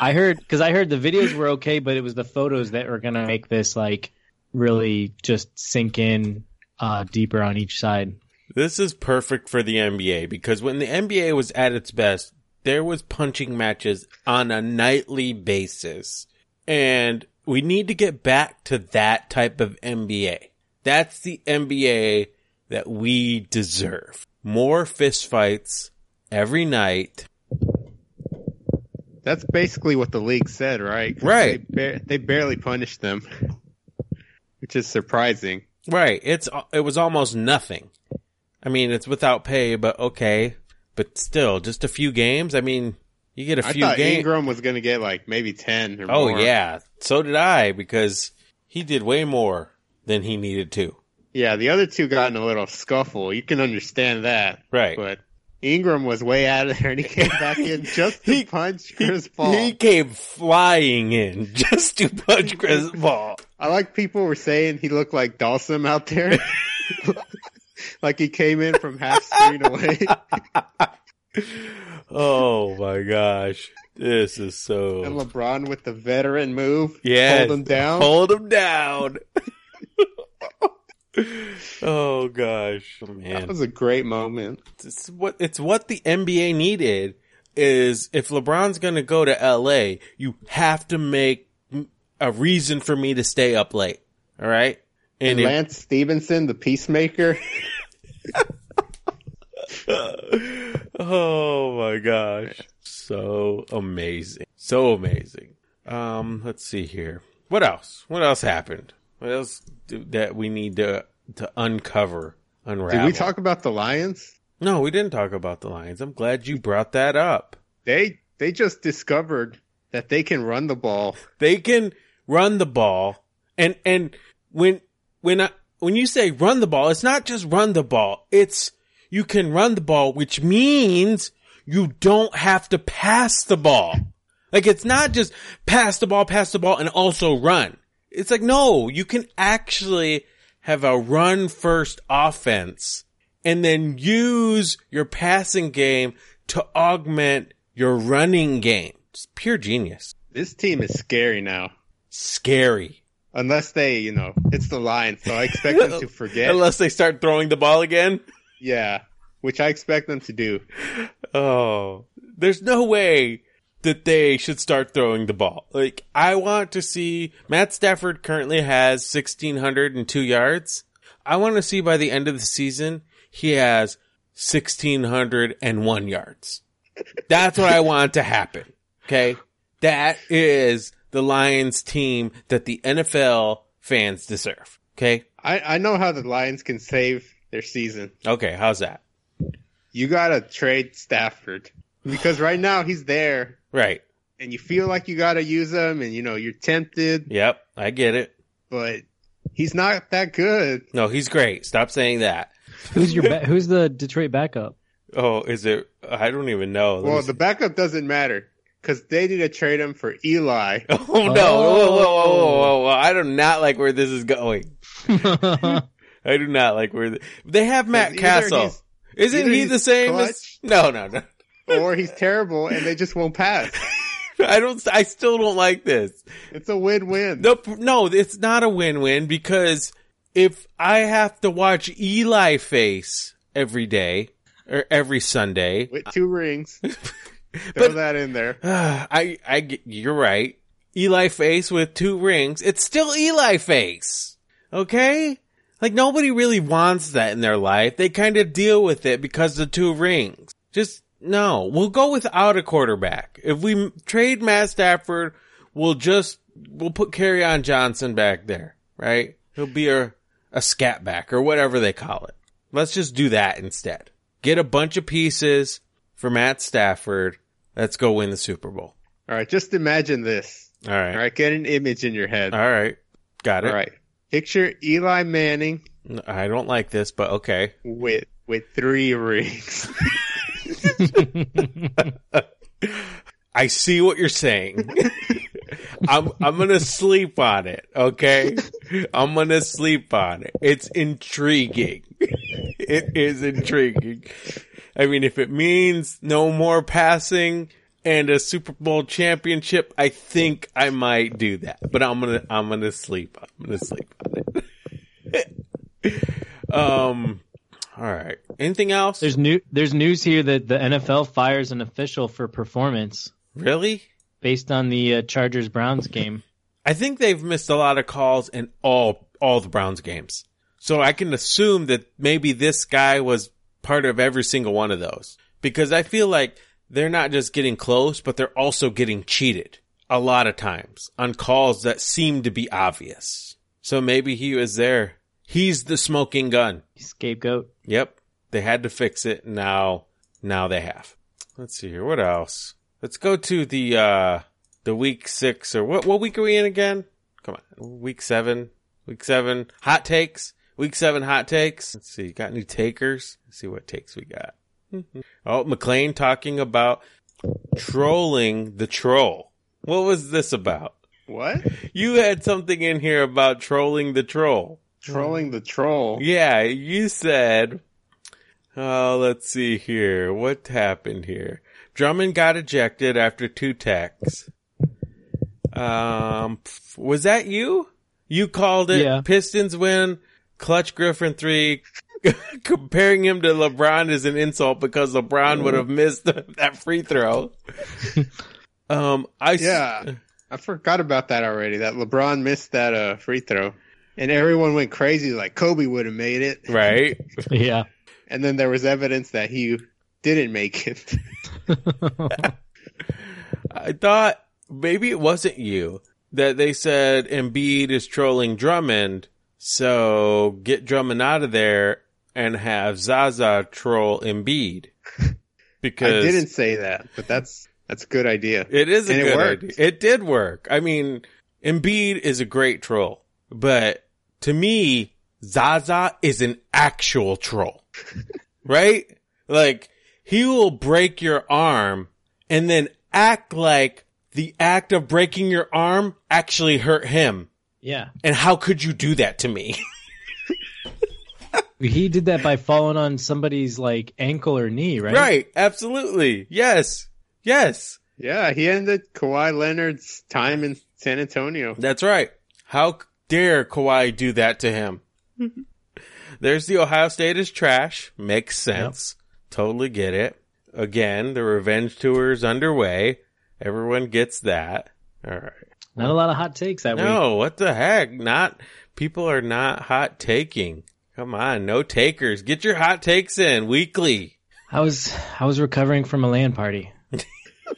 S2: I heard because I heard the videos were okay, but it was the photos that were gonna make this like really just sink in uh, deeper on each side.
S1: This is perfect for the NBA because when the NBA was at its best, there was punching matches on a nightly basis. And we need to get back to that type of NBA. That's the NBA that we deserve. More fistfights every night.
S3: That's basically what the league said, right? 'Cause
S1: Right.
S3: They, bar- they barely punished them, which is surprising.
S1: Right. It's, it was almost nothing. I mean, it's without pay, but okay. But still, just a few games. I mean, you get a
S3: I
S1: few
S3: thought
S1: games.
S3: Ingram was going to get like maybe ten or
S1: Oh
S3: more.
S1: yeah, so did I because he did way more than he needed to.
S3: yeah. The other two got in a little scuffle. You can understand that,
S1: Right.
S3: But Ingram was way out of there, and he came
S1: [LAUGHS]
S3: back in just to
S1: He-
S3: punch Chris Paul.
S1: He came flying in [LAUGHS] just to punch Chris Paul.
S3: I like people were saying he looked like Dawson
S1: [LAUGHS]
S3: out there, like he came in from half screen
S1: [LAUGHS]
S3: away.
S1: Oh my gosh, this is
S3: and
S1: so
S3: LeBron with the veteran move,
S1: yeah.
S3: hold him down.
S1: Hold him down. [LAUGHS] oh gosh, man.
S3: that was a great moment.
S1: it's what it's what the NBA needed is if LeBron's going to go to LA, you have to make a reason for me to stay up late. All right? And
S3: And
S1: if-
S3: Lance Stevenson, the peacemaker.
S1: oh my gosh. So amazing. So amazing. Um let's see here. What else? What else happened? What else do, that we need to to uncover, unravel?
S3: Did we talk about the Lions?
S1: No, we didn't talk about the Lions. I'm glad you brought that up.
S3: They they just discovered that they can run the ball.
S1: They can run the ball, and and when when I, when you say run the ball, it's not just run the ball. It's you can run the ball, which means you don't have to pass the ball. Like it's not just pass the ball, pass the ball, and also run. It's like no, you can actually have a run first offense and then use your passing game to augment your running game. It's pure genius
S3: This team is scary now.
S1: scary.
S3: Unless they, you know, it's the Lions, so I expect
S1: [LAUGHS]
S3: them to forget.
S1: Unless they start throwing the ball again.
S3: Yeah, which I expect them to do.
S1: Oh, there's no way that they should start throwing the ball. Like, I want to see Matt Stafford currently has 1,602 yards. I want to see by the end of the season, he has 1,601 yards. That's what I want to happen. Okay. That is the Lions team that the NFL fans deserve. Okay.
S3: I, I know how the Lions can save their season.
S1: Okay. How's that?
S3: You gotta trade Stafford because right now he's there,
S1: Right.
S3: and you feel like you gotta use him, and you know you're tempted,
S1: Yep, I get it.
S3: but he's not that good.
S1: No, he's great. Stop saying that.
S2: Who's your ba- who's the Detroit backup?
S1: Oh, is it? I don't even know. Let me
S3: Well,
S1: see.
S3: the backup doesn't matter because they need to trade him for
S1: [LAUGHS]
S3: Eli.
S1: [LAUGHS] oh no! Whoa, whoa, whoa,
S3: Oh.
S1: whoa, whoa, whoa. I do not like where this is going. I do not like where the- they have Matt
S3: Either
S1: Castle.
S3: he's-
S1: Isn't
S3: either
S1: he the
S3: he's
S1: same? As, no, no, [LAUGHS] no.
S3: or he's terrible and they just won't pass.
S1: I don't. I still don't like this.
S3: It's a win-win.
S1: Nope. No, it's not a win-win because if I have to watch Eli face every day or every Sunday,
S3: With
S1: [LAUGHS]
S3: two rings, throw
S1: But-
S3: that in there.
S1: [SIGHS] I, I, get- you're right. Eli face with two rings. It's still Eli face. Okay? Like nobody really wants that in their life. They kind of deal with it because of the two rings. Just, no. We'll go without a quarterback. If we m- trade Matt Stafford, we'll just we'll put Carry On Johnson back there, right? He'll be a a scat back or whatever they call it. Let's just do that instead. Get a bunch of pieces for Matt Stafford. Let's go win the Super Bowl.
S3: All right, just imagine this.
S1: All right.
S3: All right, get an image in your head. All
S1: All right. Got
S3: right.
S1: it.
S3: Picture Eli Manning
S1: N- I don't like this, but okay.
S3: with with three rings. [LAUGHS]
S1: I see what you're saying. [LAUGHS] I'm I'm gonna sleep on it, okay? I'm gonna sleep on it. It's intriguing. [LAUGHS] It is intriguing. I mean, if it means no more passing and a Super Bowl championship, I think I might do that. But I'm gonna I'm gonna sleep. I'm gonna sleep on it. [LAUGHS] um. All right. Anything else?
S2: There's new there's news here that the NFL fires an official for performance
S1: really?
S2: based on the uh, Chargers Browns game.
S1: I think they've missed a lot of calls in all all the Browns games. So I can assume that maybe this guy was part of every single one of those because I feel like they're not just getting close, but they're also getting cheated a lot of times on calls that seem to be obvious. So maybe he was there. He's the smoking gun.
S2: Scapegoat.
S1: Yep. They had to fix it. Now, now they have. Let's see here. What else? Let's go to the, uh, the week six or what, what week are we in again? Come on. Week seven, week seven hot takes, week seven hot takes. Let's see. Got any takers? Let's see what takes we got. [LAUGHS] oh, McLean talking about trolling the troll. What was this about?
S3: what?
S1: You had something in here about trolling the troll.
S3: Trolling the troll.
S1: Yeah, you said. Oh, let's see here. What happened here? Drummond got ejected after two tacks. Um, pff, was that you? You called it.
S2: Yeah.
S1: Pistons win. Clutch Griffin three. [LAUGHS] Comparing him to LeBron is an insult because LeBron would have missed [LAUGHS] that free throw. um, I s-
S3: Yeah. I forgot about that already. That LeBron missed that uh, free throw. And everyone went crazy like Kobe would have made it.
S1: right.
S2: [LAUGHS] Yeah.
S3: And then there was evidence that he didn't make it. [LAUGHS]
S1: I thought maybe it wasn't you that they said Embiid is trolling Drummond, so get Drummond out of there and have Zaza troll Embiid
S3: [LAUGHS] I
S1: because
S3: didn't say that, but that's that's a good idea.
S1: it is a
S3: and it
S1: good
S3: worked.
S1: idea. It did work. I mean, Embiid is a great troll, but to me, Zaza is an actual troll, [LAUGHS] right? Like he will break your arm and then act like the act of breaking your arm actually hurt him.
S2: Yeah.
S1: And how could you do that to me? [LAUGHS]
S2: He did that by falling on somebody's like ankle or knee, right?
S1: right. Absolutely. Yes. Yes.
S3: Yeah, he ended Kawhi Leonard's time in San Antonio.
S1: That's right. How dare Kawhi do that to him? There's the Ohio State is trash. Makes sense. Totally get it. Again, the revenge tour is underway. Everyone gets that. All right.
S2: Not a lot of hot takes that week.
S1: No, what the heck? Not people are not hot taking. Come on, no takers. Get your hot takes in weekly.
S2: I was I was recovering from a land party.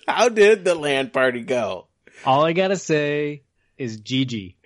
S1: How did the land party go?
S2: All I gotta say is Gigi.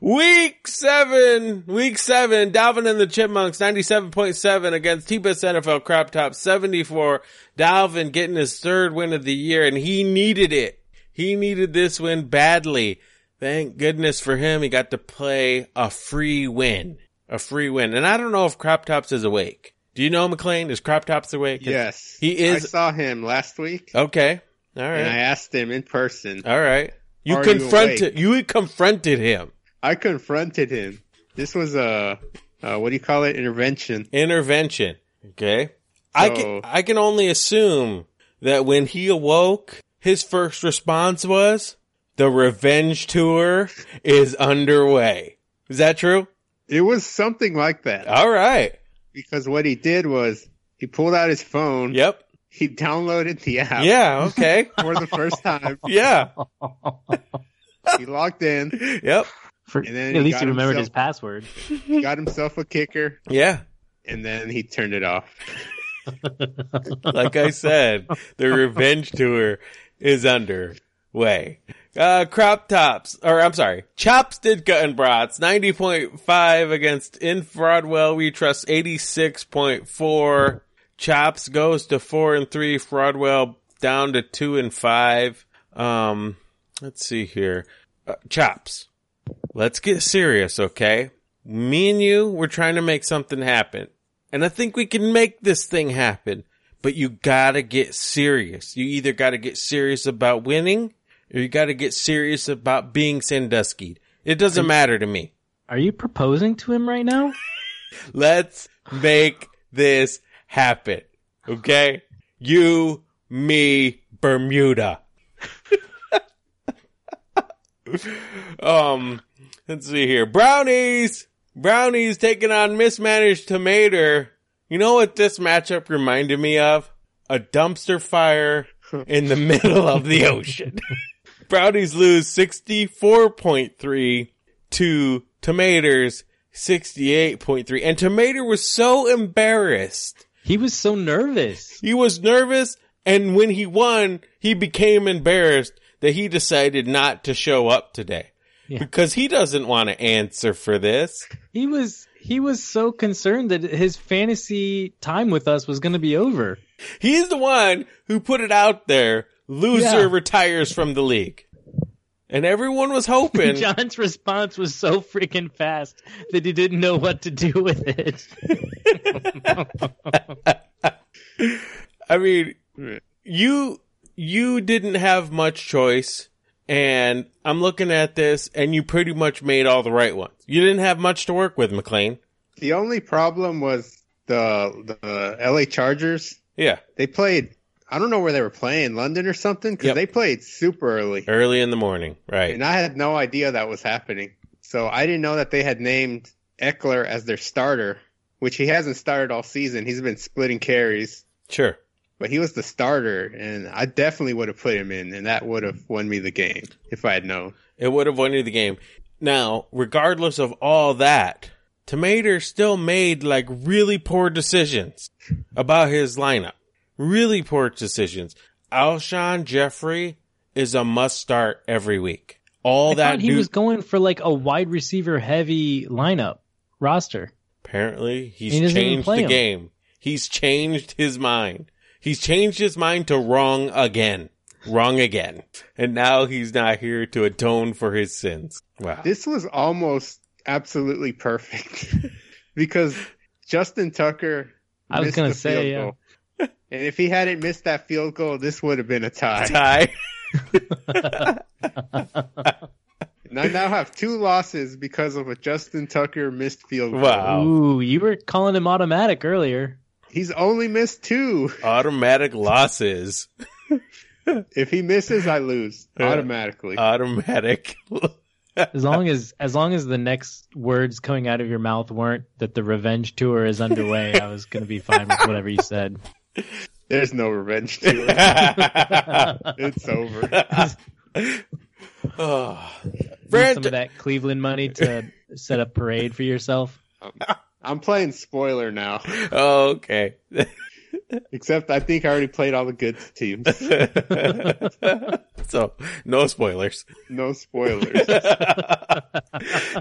S1: Week seven, week seven, Dalvin and the Chipmunks, 97.7 against T-Bus NFL Crop Top, 74. Dalvin getting his third win of the year and he needed it. He needed this win badly. Thank goodness for him. He got to play a free win, a free win. And I don't know if Crop Tops is awake. Do you know McLean? Is Crop Tops awake?
S3: Yes.
S1: He is-
S3: I saw him last week
S1: Okay. All right.
S3: and I asked him in person.
S1: All right. You
S3: Are you
S1: confronted, you, confronted him.
S3: I confronted him. This was a, uh what do you call it? Intervention.
S1: Intervention. Okay. I can,
S3: So-
S1: I can only assume that when he awoke, his first response was, the revenge tour is underway. Is that true?
S3: It was something like that
S1: All right.
S3: because what he did was he pulled out his phone.
S1: Yep.
S3: He downloaded the app.
S1: Yeah. Okay.
S3: For the first
S1: [LAUGHS]
S3: time,
S1: yeah.
S3: he logged in,
S1: Yep.
S2: For,
S3: And then
S2: at
S3: he
S2: least
S3: got
S2: he remembered
S3: himself-
S2: his password.
S3: got himself a kicker,
S1: Yeah.
S3: and then he turned it off.
S1: like I said, the revenge tour is underway. Uh, crop tops, or I'm sorry, chops did gut and brats, 90.5 against in Fraudwell. We trust 86.4. Chops goes to four and three. Fraudwell down to two and five. Um, let's see here. Uh, chops. Let's get serious, okay? Me and you, we're trying to make something happen. And I think we can make this thing happen. But you gotta get serious. You either gotta get serious about winning or you gotta get serious about being Sandusky. It doesn't matter to me.
S2: Are you proposing to him right now?
S1: Let's make this happen. Okay? You, me, Bermuda. [LAUGHS] um, let's see here. Brownies! Brownies taking on mismanaged tomato. You know what this matchup reminded me of? A dumpster fire in the middle of the ocean. [LAUGHS] Brownies lose 64.3 to Tomatoes 68.3. And Tomato was so embarrassed.
S2: He was so nervous.
S1: He was nervous, and when he won, he became embarrassed that he decided not to show up today.
S2: Yeah.
S1: Because he doesn't want to answer for this.
S2: He was he was so concerned that his fantasy time with us was going to be over.
S1: He's the one who put it out there. Loser
S2: Yeah.
S1: retires from the league. And everyone was
S2: [LAUGHS]
S1: hoping.
S2: John's response was so freaking fast that he didn't know what to do with it.
S1: I mean,
S3: Yeah.
S1: you you didn't have much choice, and I'm looking at this, and you pretty much made all the right ones. You didn't have much to work with, McLean.
S3: The only problem was the the LA Chargers.
S1: Yeah,
S3: They played. I don't know where they were playing, London or something, because
S1: Yep.
S3: they played super early,
S1: early in the morning, right?
S3: and I had no idea that was happening. So I didn't know that they had named Eckler as their starter, which he hasn't started all season. He's been splitting carries,
S1: Sure.
S3: but he was the starter, and I definitely would have put him in, and that would have won me the game if I had known.
S1: It would have won you the game. Now, regardless of all that, Tomater still made like really poor decisions about his lineup. Really poor decisions. Alshon Jeffrey is a must start every week. All
S2: I
S1: that
S2: thought he
S1: dude-
S2: was going for like a wide receiver heavy lineup roster.
S1: Apparently, he's
S2: He doesn't even
S1: changed the
S2: play him.
S1: game. He's changed his mind. He's changed his mind to wrong again. Wrong again. And now he's not here to atone for his sins. Wow.
S3: This was almost absolutely perfect [LAUGHS] because Justin Tucker.
S2: I was
S3: missed
S2: gonna
S3: the
S2: say,
S3: field
S2: yeah.
S3: goal. And if he hadn't missed that field goal, this would have been
S2: [LAUGHS]
S3: a tie.
S1: [LAUGHS] Ty.
S3: And I now have two losses because of a Justin Tucker missed field goal.
S1: Wow.
S2: Ooh, you were calling him automatic earlier.
S3: He's only missed two. [LAUGHS]
S1: Automatic losses.
S3: If he misses, I lose
S1: Yeah. Uh,
S2: [LAUGHS]
S3: automatically.
S1: Automatic.
S2: As long as as long as the next words coming out of your mouth weren't that the revenge tour is underway, I was going to be fine with whatever you [LAUGHS] said.
S3: There's no revenge to it.
S1: oh.
S3: It's
S1: [LAUGHS]
S3: over.
S2: Use some
S1: Brent,
S2: of that Cleveland money to set a parade for yourself.
S3: I'm playing spoiler now. [LAUGHS]
S1: oh, okay. [LAUGHS]
S3: Except I think I already played all the good teams.
S1: [LAUGHS] so, no spoilers.
S3: No spoilers.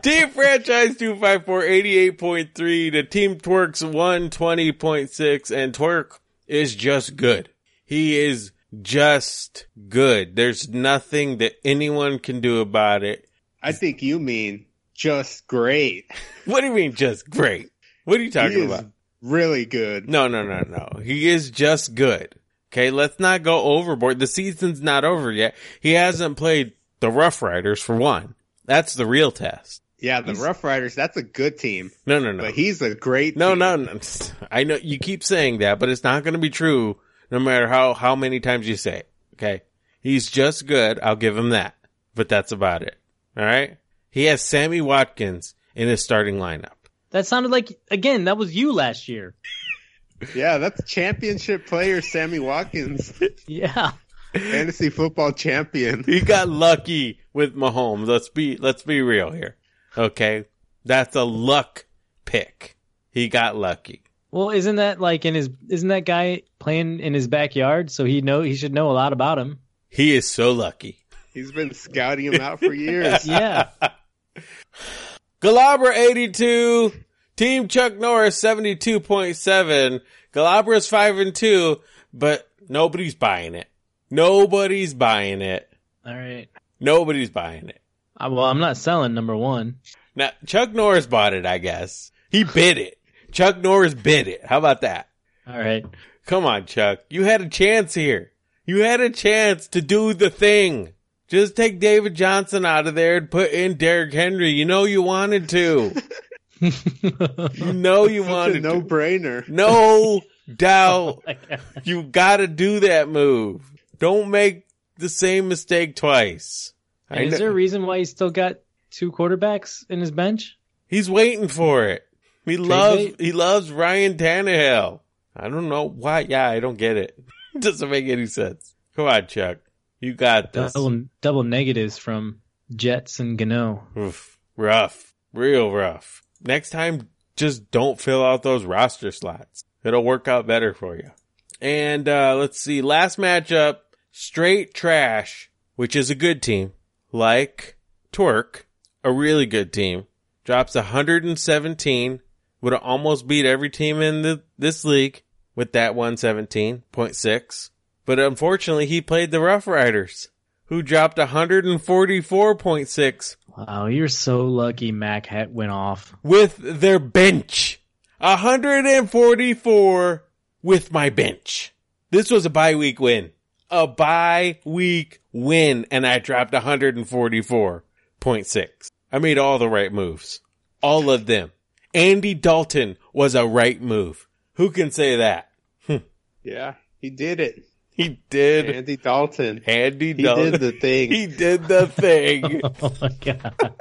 S1: Team Franchise 254 88.3 to Team Twerk's 120.6 and Twerk is just good. He is just good. There's nothing that anyone can do about it.
S3: I think you mean just great.
S1: What do you mean just great? What are you
S3: He
S1: talking
S3: is
S1: about?
S3: really good.
S1: No, no, no, no. He is just good. Okay, let's not go overboard. The season's not over yet. He hasn't played the Rough Riders for one. That's the real test.
S3: Yeah, the Rough Riders, that's a good team,
S1: No, no, no.
S3: but he's a great
S1: No,
S3: team.
S1: no, no. I know you keep saying that, but it's not going to be true no matter how, how many times you say it. Okay. He's just good. I'll give him that, but that's about it. All right. He has Sammy Watkins in his starting lineup.
S2: That sounded like again, that was you last year.
S3: Yeah, that's championship player
S1: [LAUGHS]
S3: Sammy Watkins,
S2: Yeah.
S3: fantasy football champion.
S1: He got lucky with Mahomes. Let's be, let's be real here. Okay. That's a luck pick. He got lucky.
S2: Well, isn't that like in his? Isn't that guy playing in his backyard? So he know he should know a lot about him.
S1: He is so lucky.
S3: He's been scouting him
S1: [LAUGHS]
S3: out for years.
S2: Yeah.
S1: Galabra 82, Team Chuck Norris 72.7. Galabra's 5 and 2, but nobody's buying it. Nobody's buying it.
S2: All right.
S1: Nobody's buying it.
S2: I, well, I'm not selling number one.
S1: Now, Chuck Norris bought it, I guess. He bid it. Chuck Norris bid it. How about that?
S2: All right.
S1: Come on, Chuck. You had a chance here. You had a chance to do the thing. Just take David Johnson out of there and put in Derrick Henry. You know you wanted to. You know
S3: [LAUGHS]
S1: you
S3: It's a
S1: wanted
S3: no
S1: to.
S3: brainer.
S2: [LAUGHS]
S1: No doubt. You gotta do that move. Don't make the same mistake twice. I
S2: And is
S1: kn-
S2: there a reason why he's still got two quarterbacks in his bench?
S1: He's waiting for it. He loves
S2: bait?
S1: he loves Ryan Tannehill. I don't know why. Yeah, I don't get it. [LAUGHS] Doesn't make any sense. Come on, Chuck. You got this.
S2: Double double negatives from Jets and Gano.
S1: Oof, rough, real rough. Next time, just don't fill out those roster slots. It'll work out better for you. And uh, let's see, last matchup: Straight Trash, which is a good team, like Twerk, a really good team, drops 117. Would have almost beat every team in the, this league with that 117.6. But unfortunately, he played the Rough Riders, who dropped 144.6
S2: Wow, you're so lucky. Mac hat went off. [LAUGHS]
S1: with their bench. 144 with my bench. This was a bye week win. A bye week win and I dropped 144.6. I made all the right moves. All of them. Andy Dalton was a right move. Who can say that?
S3: Yeah, he did it.
S1: He did.
S3: Andy Dalton.
S1: [LAUGHS] Andy
S3: He
S1: Dalton.
S3: did the
S1: [LAUGHS]
S3: thing.
S1: He did the thing.
S2: Oh my god.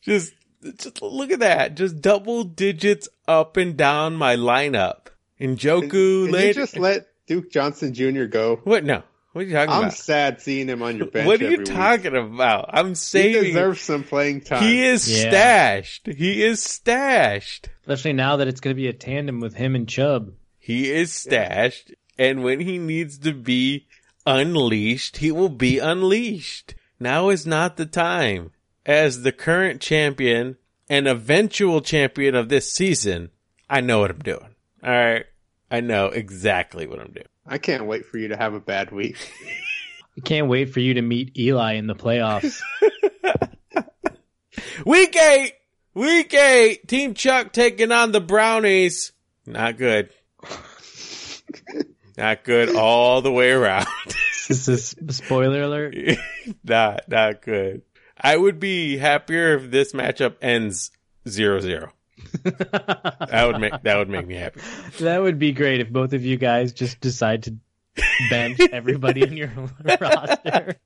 S1: just just look at that. Just double digits up and down my lineup. And Joku
S3: Did you
S1: later.
S3: just let Duke Johnson Jr. go?
S1: what? No. What are you talking
S3: I'm
S1: about?
S3: sad seeing him on your bench.
S1: What are
S3: every
S1: you
S3: week.
S1: talking about? I'm
S3: He
S1: saving.
S3: deserves some playing time.
S1: He is
S2: Yeah.
S1: stashed. He is stashed.
S2: Especially now that it's going to be a tandem with him and Chubb.
S1: He is stashed. And when he needs to be unleashed, he will be unleashed. Now is not the time. As the current champion and eventual champion of this season, I know what I'm doing. All right. I know exactly what I'm doing.
S3: I can't wait for you to have a bad week.
S2: I can't wait for you to meet Eli in the playoffs. [LAUGHS]
S1: Week eight! Week eight! Team Chuck taking on the Brownies. Not good. not good all the way around.
S2: this is spoiler alert.
S1: not not good. I would be happier if this matchup ends 0-0. [LAUGHS] that would make that would make me happy. [LAUGHS]
S2: That would be great if both of you guys just decide to
S1: [LAUGHS]
S2: bench everybody in your [LAUGHS] roster.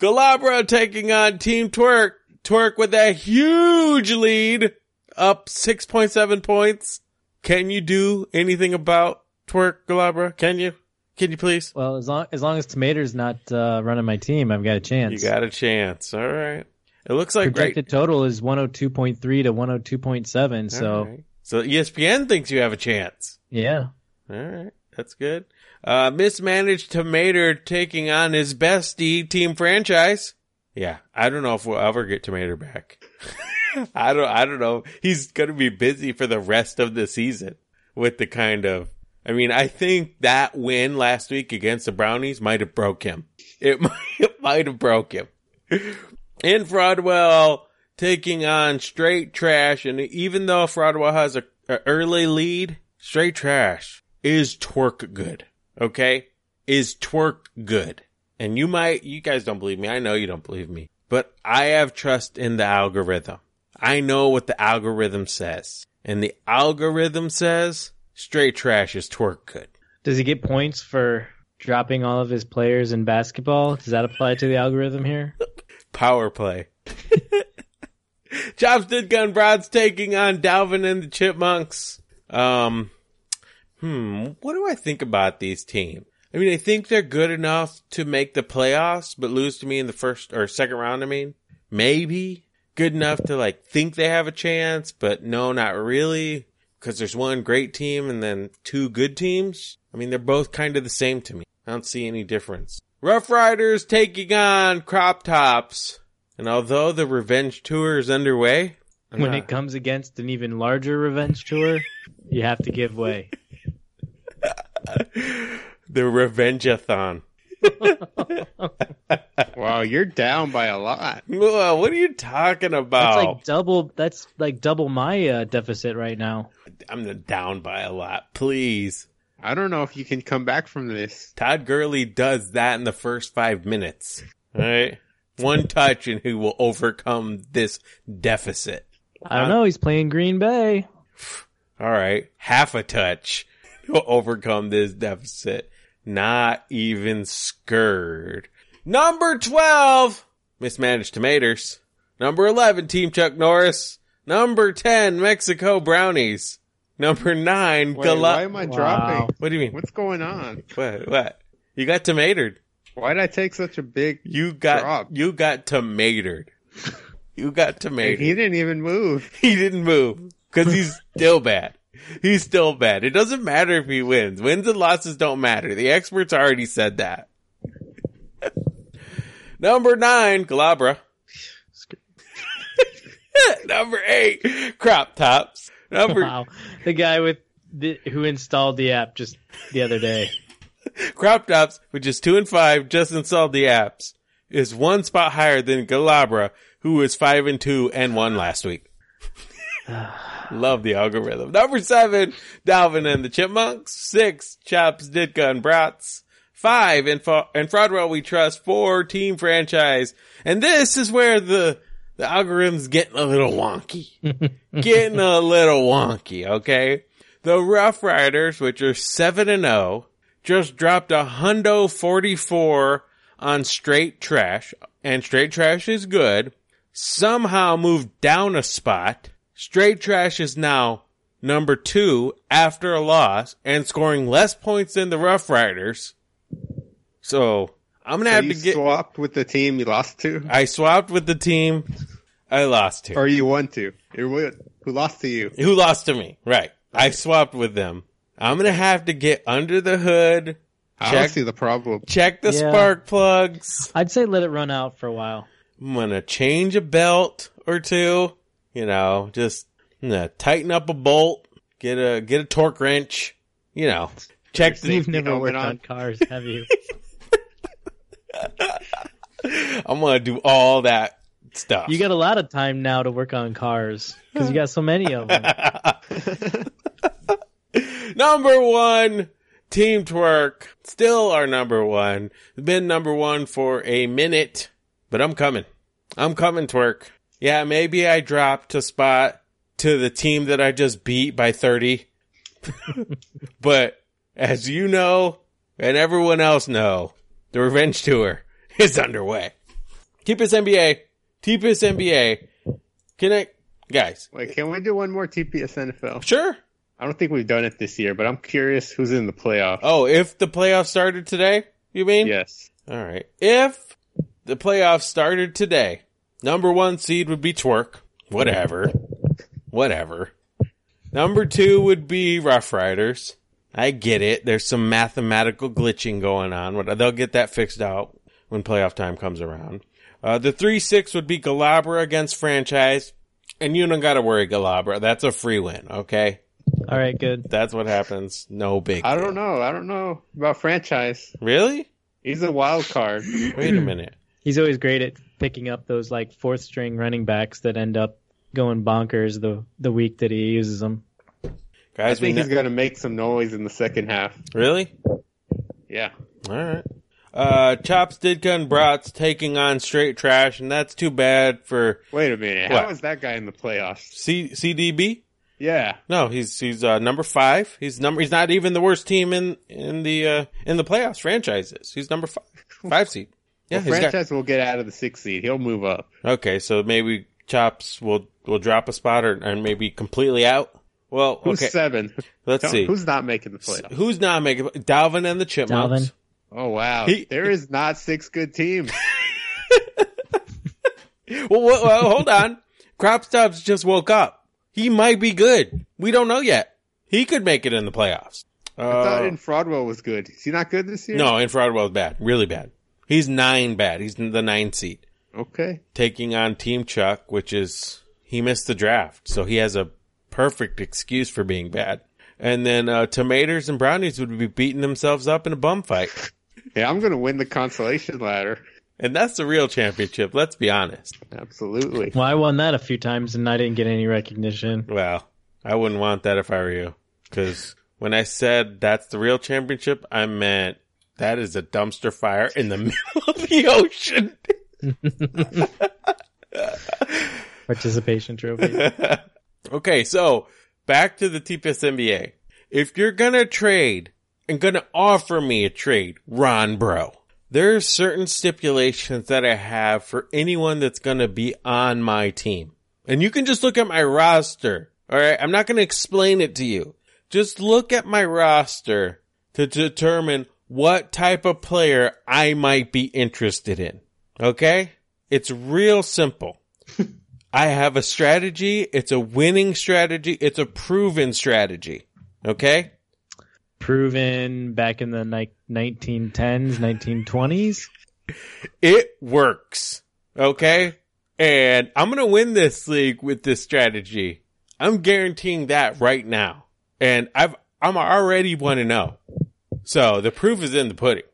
S1: Galabra taking on Team Twerk. Twerk with a huge lead, up 6.7 points. Can you do anything about Twerk Galabra? Can you? Can you please?
S2: Well, as long as long as Tomato's not uh, running my team, I've got a chance.
S1: You got a chance. All right. It looks like right.
S2: Projected total is 102.3 to 102.7. So,
S1: All right. So E ESPN thinks you have a chance.
S2: yeah.
S1: All right, that's good. Uh, mismanaged tomato taking on his bestie team franchise. Yeah, I don't know if we'll ever get tomato back. [LAUGHS] I don't. I don't know. He's gonna be busy for the rest of the season with the kind of. I mean, I think that win last week against the Brownies might have broke him. It [LAUGHS] might, it might have broke him. And Fraudwell taking on straight trash. And even though Fraudwell has a, a early lead, straight trash is twerk good. Okay. Is twerk good. And you might, you guys don't believe me. I know you don't believe me, but I have trust in the algorithm. I know what the algorithm says and the algorithm says straight trash is twerk good.
S2: Does he get points for dropping all of his players in basketball? Does that apply to the algorithm here?
S1: power play. [LAUGHS] Chopstick Gun Broad's taking on Dalvin and the Chipmunks. Um, hmm, what do I think about these teams? I mean, I think they're good enough to make the playoffs, but lose to me in the first or second round. I mean, maybe good enough to like think they have a chance, but no, not really. Because there's one great team and then two good teams. I mean, they're both kind of the same to me. I don't see any difference. Rough Riders taking on Crop Tops. And although the revenge tour is underway, I'm
S2: when
S1: not-
S2: it comes against an even larger revenge tour, you have to give way.
S1: the revengeathon.
S3: Wow, you're down by a lot.
S1: Whoa, what are you talking
S2: That's
S1: about?
S2: like double. That's like double my uh, deficit right now.
S1: I'm not down by a lot. Please.
S3: I don't know if you can come back from this.
S1: Todd Gurley does that in the first five minutes. All right. One touch and he will overcome this deficit.
S2: I don't know. He's playing Green Bay.
S1: All right. Half a touch to overcome this deficit. Not even scared. Number 12, mismanaged tomatoes. Number 11, Team Chuck Norris. Number 10, Mexico Brownies. Number 9,
S3: Wait,
S1: Gala-
S3: why am I dropping?
S1: What do you mean?
S3: What's going on?
S1: What? What? You got tomatoed.
S3: Why did I take such a big?
S1: You got
S3: Drop.
S1: you got tomatoed. You got
S3: He
S1: tomatoed.
S3: didn't even move.
S1: [LAUGHS] He didn't move because he's still bad. He's still bad. It doesn't matter if he wins. Wins and losses don't matter. The experts already said that. [LAUGHS] Number nine, Galabra. [LAUGHS] Number eight, crop tops. Number
S2: Wow, the guy with the, who installed the app just the other day.
S1: Crop Tops, which is two and five, just installed the apps, is one spot higher than Galabra, who was five and two and one last week. Love the algorithm. Number seven, Dalvin and the Chipmunks. Six, Chops, Ditka, and Brats. Five, and, Fa- and Fraudwell We Trust. Four, Team Franchise. And this is where the, the algorithm's getting a little wonky. getting a little wonky, okay? The Rough Riders, which are seven and oh, just dropped a hundo 44 on straight trash and straight trash is good somehow moved down a spot straight trash is now number two after a loss and scoring less points than the rough riders so i'm gonna
S3: Have
S1: have
S3: you
S1: to get
S3: swapped with the team you lost to,
S1: i swapped with the team i lost to
S3: or you won to? It wa- Who lost to you?
S1: who lost to me right i swapped with them i'm gonna have to get under the hood
S3: I don't
S1: Check.
S3: see the problem.
S1: check the
S2: Yeah.
S1: spark plugs
S2: I'd say let it run out for a while.
S1: I'm gonna change a belt or two. You know, just I'm gonna tighten up a bolt, get a get a torque wrench. You know, check the.
S2: You've never
S3: helmet
S2: worked
S3: on.
S2: on cars, have you?
S1: I'm gonna do all that stuff.
S2: You got a lot of time now to work on cars because you got so many of them.
S1: number one, Team Twerk, still our number one. Been number one for a minute, but I'm coming. I'm coming, Twerk. Yeah, maybe I dropped a spot to the team that I just beat by 30. [LAUGHS] but as you know, and everyone else know, the revenge tour is underway. T-Piss NBA, T-Piss NBA, connect, guys.
S3: Wait, can we do one more TPS NFL?
S1: Sure.
S3: I don't think we've done it this year, but I'm curious who's in the playoff.
S1: Oh, if the playoffs started today, you mean?
S3: Yes.
S1: All right. If the playoffs started today, number one seed would be Twerk. Whatever. Whatever. Number two would be Rough Riders. I get it. There's some mathematical glitching going on. What- They'll get that fixed out when playoff time comes around. Uh, the three six would be Galabra against franchise, and you don't gotta worry, Galabra. That's a free win. Okay,
S2: All right, good.
S1: that's what happens. No big.
S3: I
S1: deal.
S3: don't know. I don't know about franchise.
S1: Really?
S3: He's a wild card.
S1: Wait a minute.
S2: He's always great at picking up those like fourth string running backs that end up going bonkers the the week that he uses them.
S3: I
S1: Guys, we
S3: think
S1: know-
S3: he's going to make some noise in the second half.
S1: really?
S3: Yeah.
S1: All right. Uh, Chops did gun brats taking on straight trash, and that's too bad for
S3: Wait a minute.
S1: What?
S3: How is that guy in the playoffs?
S1: C- CDB.
S3: Yeah.
S1: No, he's he's uh, number five. He's number. He's not even the worst team in in the uh, in the playoffs franchises. He's number five, five seed. Yeah,
S3: Well,
S1: he's got-
S3: franchise will get out of the sixth seed. He'll move up.
S1: okay. So maybe Chops will will drop a spot or and maybe completely out. Well,
S3: Who's
S1: okay.
S3: seven?
S1: Let's
S3: Tell-
S1: see. Who's,
S3: Who's not making the playoffs?
S1: not making Dalvin and the Chipmunks?
S2: Dalvin.
S3: Oh wow,
S1: He-
S3: there is not six good teams.
S1: Well, well, well, hold on. Crop Stops just woke up. He might be good. We don't know yet. He could make it in the playoffs.
S3: I thought
S1: Uh,
S3: Infraudwell was good. Is he not good this year?
S1: no, Infrared is bad. Really bad. He's nine bad. He's in the nine seed.
S3: Okay.
S1: Taking on Team Chuck, which is, he missed the draft. So he has a perfect excuse for being bad. And then, uh, Tomatoes and Brownies would be beating themselves up in a bum fight.
S3: Yeah, I'm going to win the consolation ladder.
S1: And that's the real championship. Let's be honest.
S3: Absolutely.
S2: Well, I won that a few times and I didn't get any recognition.
S1: Well, I wouldn't want that if I were you. Cause when I said that's the real championship, I meant that is a dumpster fire in the [LAUGHS] middle of the ocean.
S2: Participation trophy.
S1: Okay, so back to the TPS NBA. If you're gonna trade and gonna offer me a trade, Ron Bro, there are certain stipulations that I have for anyone that's gonna be on my team. And you can just look at my roster. Alright, I'm not gonna explain it to you. Just look at my roster to determine what type of player I might be interested in. Okay? It's real simple. I have a strategy. It's a winning strategy. It's a proven strategy. Okay.
S2: Proven back in the ni- 1910s, 1920s.
S1: It works. Okay. And I'm going to win this league with this strategy. I'm guaranteeing that right now. And I've, I'm already 1 to 0. So the proof is in the pudding.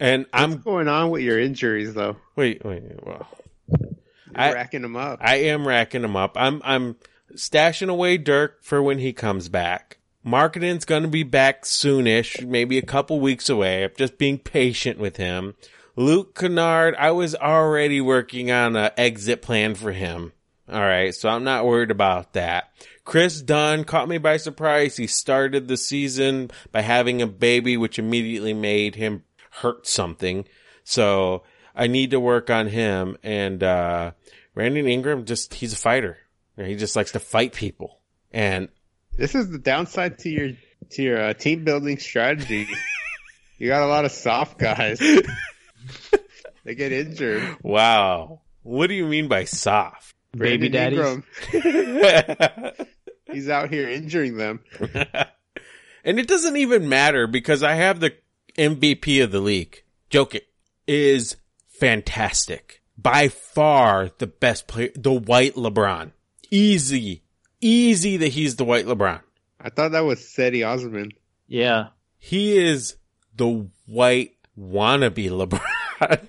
S1: And
S3: What's
S1: I'm,
S3: going on with your injuries, though?
S1: wait, wait, well,
S3: You're
S1: I-
S3: racking them up.
S1: I am racking them up. I'm I'm stashing away Dirk for when he comes back. Marketing's going to be back soonish, maybe a couple weeks away. I'm just being patient with him. Luke Kennard, I was already working on an exit plan for him. All right, so I'm not worried about that. Chris Dunn caught me by surprise. He started the season by having a baby, which immediately made him hurt something. So I need to work on him. And uh, Brandon Ingram just he's a fighter. You know, He just likes to fight people. And
S3: this is the downside to your to your uh, team building strategy. you got a lot of soft
S1: [LAUGHS]
S3: guys. they get injured.
S1: wow, what do you mean by soft? [LAUGHS]
S2: Baby
S3: Brandon
S2: daddies.
S3: Ingram,
S1: and
S3: he's out here injuring them.
S1: it doesn't even matter because I have the MVP of the league. Jokic is fantastic. By far the best player, the white LeBron. Easy, easy that he's the white LeBron.
S3: I thought that was Seti Osman.
S2: Yeah.
S1: He is the white wannabe LeBron.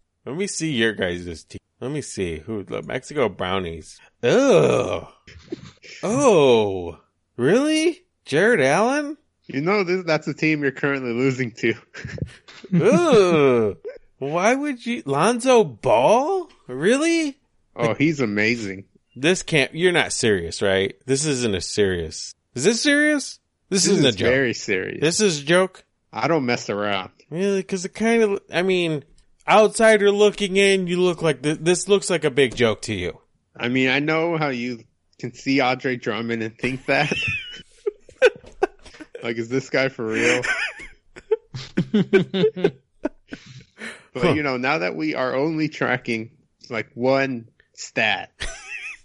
S1: [LAUGHS] Let me see your guys' team. Let me see who the Mexico Brownies. Oh, oh, really? Jared Allen?
S3: You know this, that's the team you're currently losing to.
S1: Ooh, why would you? Lonzo Ball? Really?
S3: Oh, he's amazing.
S1: This can't. You're not serious, right? This isn't a serious. Is this serious? This,
S3: This
S1: isn't
S3: is
S1: a joke.
S3: very serious.
S1: This is a joke.
S3: I don't mess around.
S1: Really? Because it kind of, I mean, outsider looking in, you look like th- this looks like a big joke to you.
S3: I mean, I know how you can see Andre Drummond and think that. like, is this guy for real? but you know, now that we are only tracking like one stat,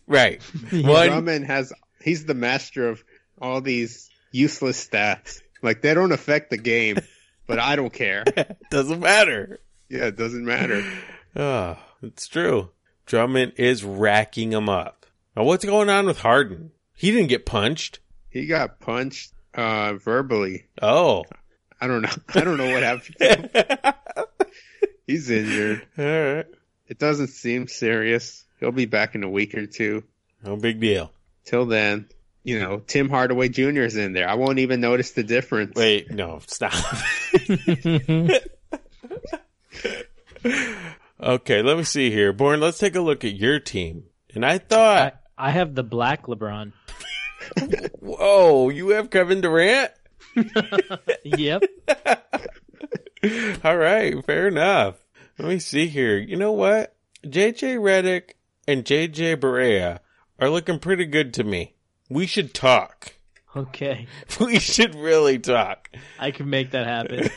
S1: Right. One,
S3: Drummond has he's the master of all these useless stats. Like they don't affect the game, but I don't care.
S1: doesn't matter.
S3: Yeah, it doesn't matter.
S1: Ah, it's true. Drummond is racking him up. Now, what's going on with Harden? He didn't get punched.
S3: He got punched uh verbally.
S1: Oh. [LAUGHS]
S3: I don't know. [LAUGHS] I don't know what happened. to him. He's injured.
S1: All right.
S3: It doesn't seem serious. He'll be back in a week or two.
S1: No big deal.
S3: Till then, you know, Tim Hardaway Jr. is in there. I won't even notice the difference.
S1: Wait, no, stop. [LAUGHS] okay, let me see here. Born, let's take a look at your team. And I
S2: I,
S1: thought,
S2: I have the black LeBron.
S1: whoa, you have Kevin Durant?
S2: Yep. [LAUGHS]
S1: All right, fair enough. Let me see here. You know what? JJ Reddick and JJ Barea are looking pretty good to me. We should talk. [LAUGHS]
S2: Okay.
S1: We should really talk.
S2: I can make that happen.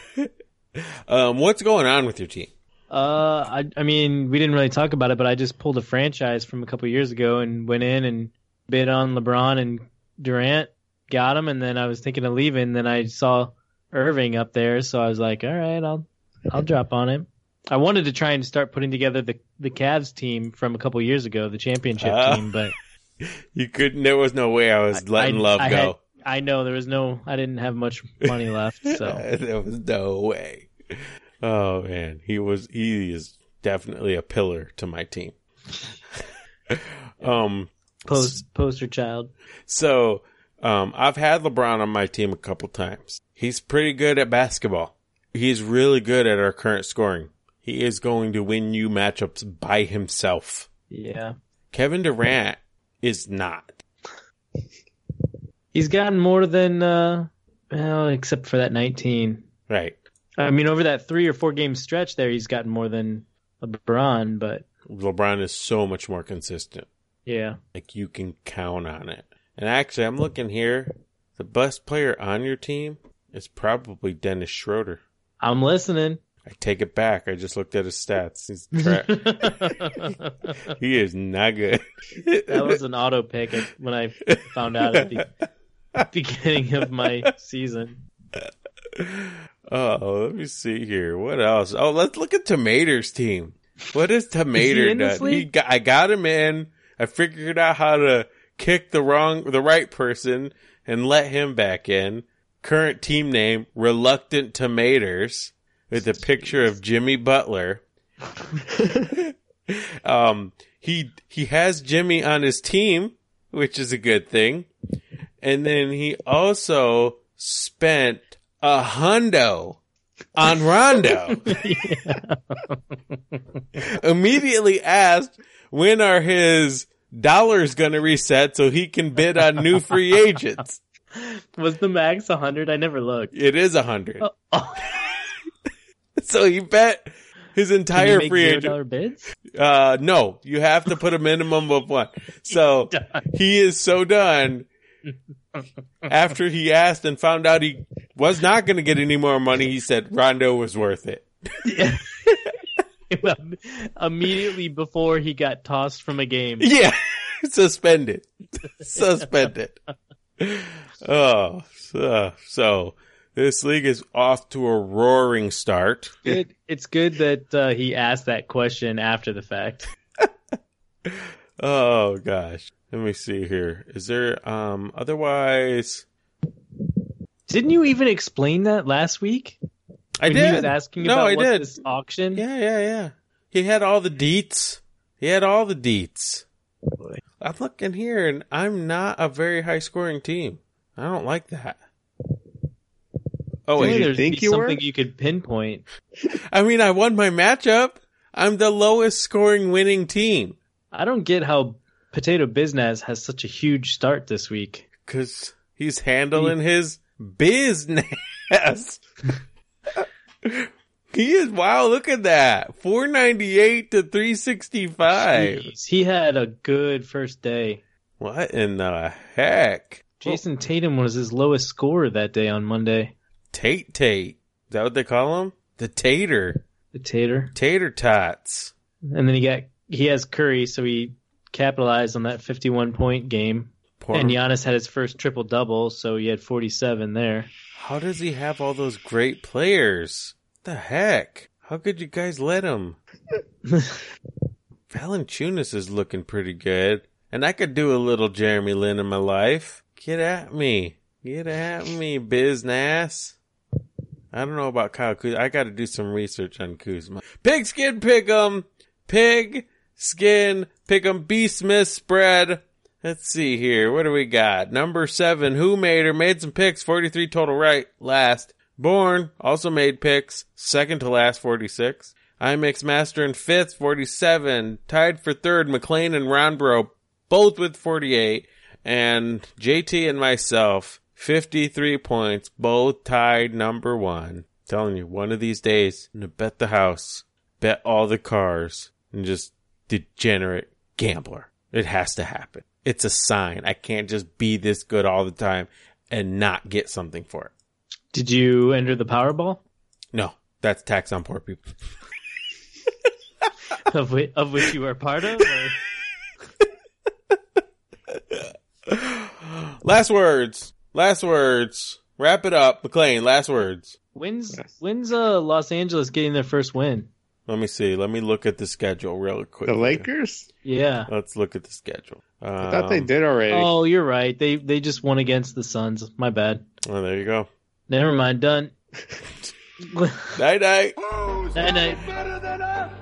S1: Um, what's going on with your team?
S2: Uh, I, I mean, we didn't really talk about it, but I just pulled a franchise from a couple years ago and went in and bid on LeBron and Durant, got him, and then I was thinking of leaving. Then I saw Irving up there, so I was like, all right, I'll I'll drop on him. I wanted to try and start putting together the the Cavs team from a couple years ago, the championship
S1: Ah.
S2: team, but
S1: You couldn't. There was no way I was letting
S2: I-
S1: love
S2: I had-
S1: go.
S2: I know there was no, I didn't have much
S1: [LAUGHS]
S2: money left, so
S1: there was no way. Oh man, he was. He is definitely a pillar to my team. [LAUGHS] um.
S2: post poster child.
S1: So, um, I've had LeBron on my team a couple times. He's pretty good at basketball. He's really good at our current scoring. He is going to win you matchups by himself.
S2: Yeah,
S1: Kevin Durant is not.
S2: he's gotten more than, uh, well, except for that 19.
S1: Right.
S2: I mean, over that three or four game stretch there, he's gotten more than LeBron, but
S1: LeBron is so much more consistent.
S2: yeah,
S1: Like you can count on it. And actually, I'm looking here. The best player on your team is probably Dennis Schroeder.
S2: I'm listening.
S1: I take it back. I just looked at his stats. He's crap.
S2: [LAUGHS] that
S1: he is not good.
S2: was an auto pick when I found out at the
S1: [LAUGHS]
S2: beginning of my season. [LAUGHS]
S1: Oh, let me see here. What else? Oh, let's look at Tomato's team. What
S2: [LAUGHS]
S1: has Tomato
S2: in this
S1: done? He
S2: league?
S1: got, I got him in. I figured out how to kick the wrong, the right person and let him back in. Current team name, Reluctant Tomatoes with a picture of Jimmy
S2: [LAUGHS]
S1: Butler. [LAUGHS] um, he, he has Jimmy on his team, which is a good thing. And then he also spent a hundo on
S2: [LAUGHS]
S1: Rondo. Immediately asked, when are his dollars going to reset so he can bid on new free agents?
S2: Was the max 100? I never looked.
S1: It is a hundred.
S2: Oh, oh.
S1: [LAUGHS] So he bet his
S2: Can you
S1: entire
S2: make
S1: free
S2: zero
S1: agent.
S2: dollar bids?
S1: Uh, no, you have to put a minimum of one. So he is so done. After he asked and found out he was not going to get any more money, he said Rondo was worth it.
S2: [LAUGHS] Well, Immediately before he got tossed from a game.
S1: Yeah, [LAUGHS] suspended, suspended. Oh, so, so this league is off to a roaring start.
S2: Good. It's good that uh, he asked that question after the fact.
S1: Oh gosh, let me see here. Is there um otherwise?
S2: Didn't you even explain that last week?
S1: I
S2: when
S1: did.
S2: he was asking
S1: no,
S2: about
S1: I
S2: what
S1: did.
S2: this auction.
S1: Yeah, yeah, yeah. He had all the deets. He had all the deets. I'm looking here, and I'm not a very high scoring team. I don't like that. Oh
S2: Surely
S1: wait,
S3: you
S2: there'd
S3: think
S2: be
S3: you were?
S2: something you could pinpoint.
S1: I mean, I won my matchup. I'm the lowest scoring winning team
S2: I don't get how Potato Biznaz has such a huge start this week.
S1: because he's handling his business. [LAUGHS] he is wow! Look at that, four ninety eight to three sixty five.
S2: Jeez, he had a good first day.
S1: What in the heck?
S2: Jason Tatum was his lowest scorer that day on Monday.
S1: Tate Tate. Is that what they call him? The Tater.
S2: The Tater.
S1: Tater Tots.
S2: And then he got he has Curry, so he capitalized on that 51 point game.
S1: Poor,
S2: And Giannis had his first triple double, so he had 47 there.
S1: how does he have all those great players? The heck? How could you guys let him? Valanchunas is looking pretty good. And I could do a little Jeremy Lin in my life. Get at me. Get at me, business. I don't know about Kyle Kuzma. I gotta do some research on Kuzma. Pigskin pick'em! Pig skin pick'em B Smith spread. Let's see here. What do we got? Number seven, who made her? Made some picks. 43 total right. Last. Born also made picks. Second to last, 46. IMX Master in fifth, 47. Tied for third, McLean and Ronbro, both with 48. And JT and myself, 53 points, both tied number one. Telling you, one of these days, I'm gonna bet the house, bet all the cars, and just degenerate gambler. It has to happen. It's a sign. I can't just be this good all the time and not get something for it.
S2: Did you enter the Powerball?
S1: No, that's tax on poor people.
S2: of, which, of which you are part of? Or?
S1: [GASPS] Last words. Last words. Wrap it up, McLean. Last words.
S2: When's when's uh, Los Angeles getting their first win?
S1: Let me see. Let me look at the schedule real quick.
S3: The Lakers?
S2: Yeah.
S1: Let's look at the schedule. Um,
S3: I thought they did already.
S2: Oh, you're right. They they just won against the Suns. My bad.
S1: Oh, there you go.
S2: Never mind. Done. night
S1: Night night.
S2: night.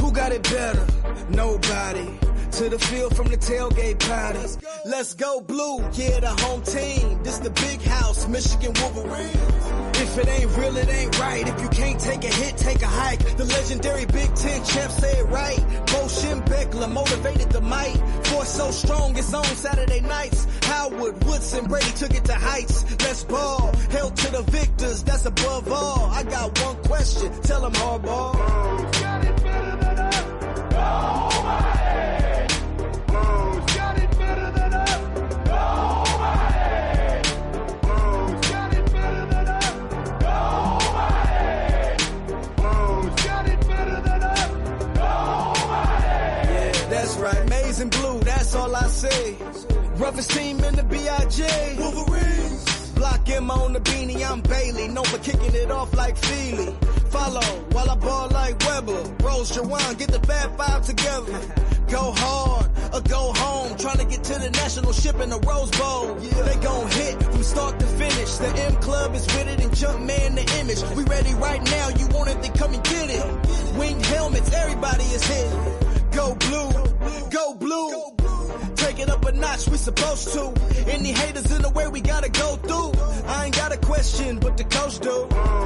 S8: Who got it better? Nobody. To the field from the tailgate party. Let's go, blue, yeah, the home team. This the big house, Michigan Wolverines. If it ain't real, it ain't right. If you can't take a hit, take a hike. The legendary Big Ten champ said right. Bo Schembechler motivated the might. Force so strong, it's on Saturday nights. Howard, Woodson, Brady took it to heights. Let's ball. Hell to the victors, that's above all. I got one question. Tell them Harbaugh. Yeah, that's right. Maize and blue, that's all I say. Roughest team in the BIJ. Wolverines. Block him on the beanie, I'm Bailey. Known for kicking it off like Feely. Follow while I ball like Weber. Rose Jawan, get the bad five together. Go hard or go home. Trying to get to the national ship in the Rose Bowl. They gon' hit from start to finish. The M Club is with it and jump man the image. We ready right now. You want it, then come and get it. Winged helmets, everybody is hit. Go blue, go blue. Take it up a notch, we supposed to. Any haters in the way, we gotta go through. I ain't got a question, but the coach do.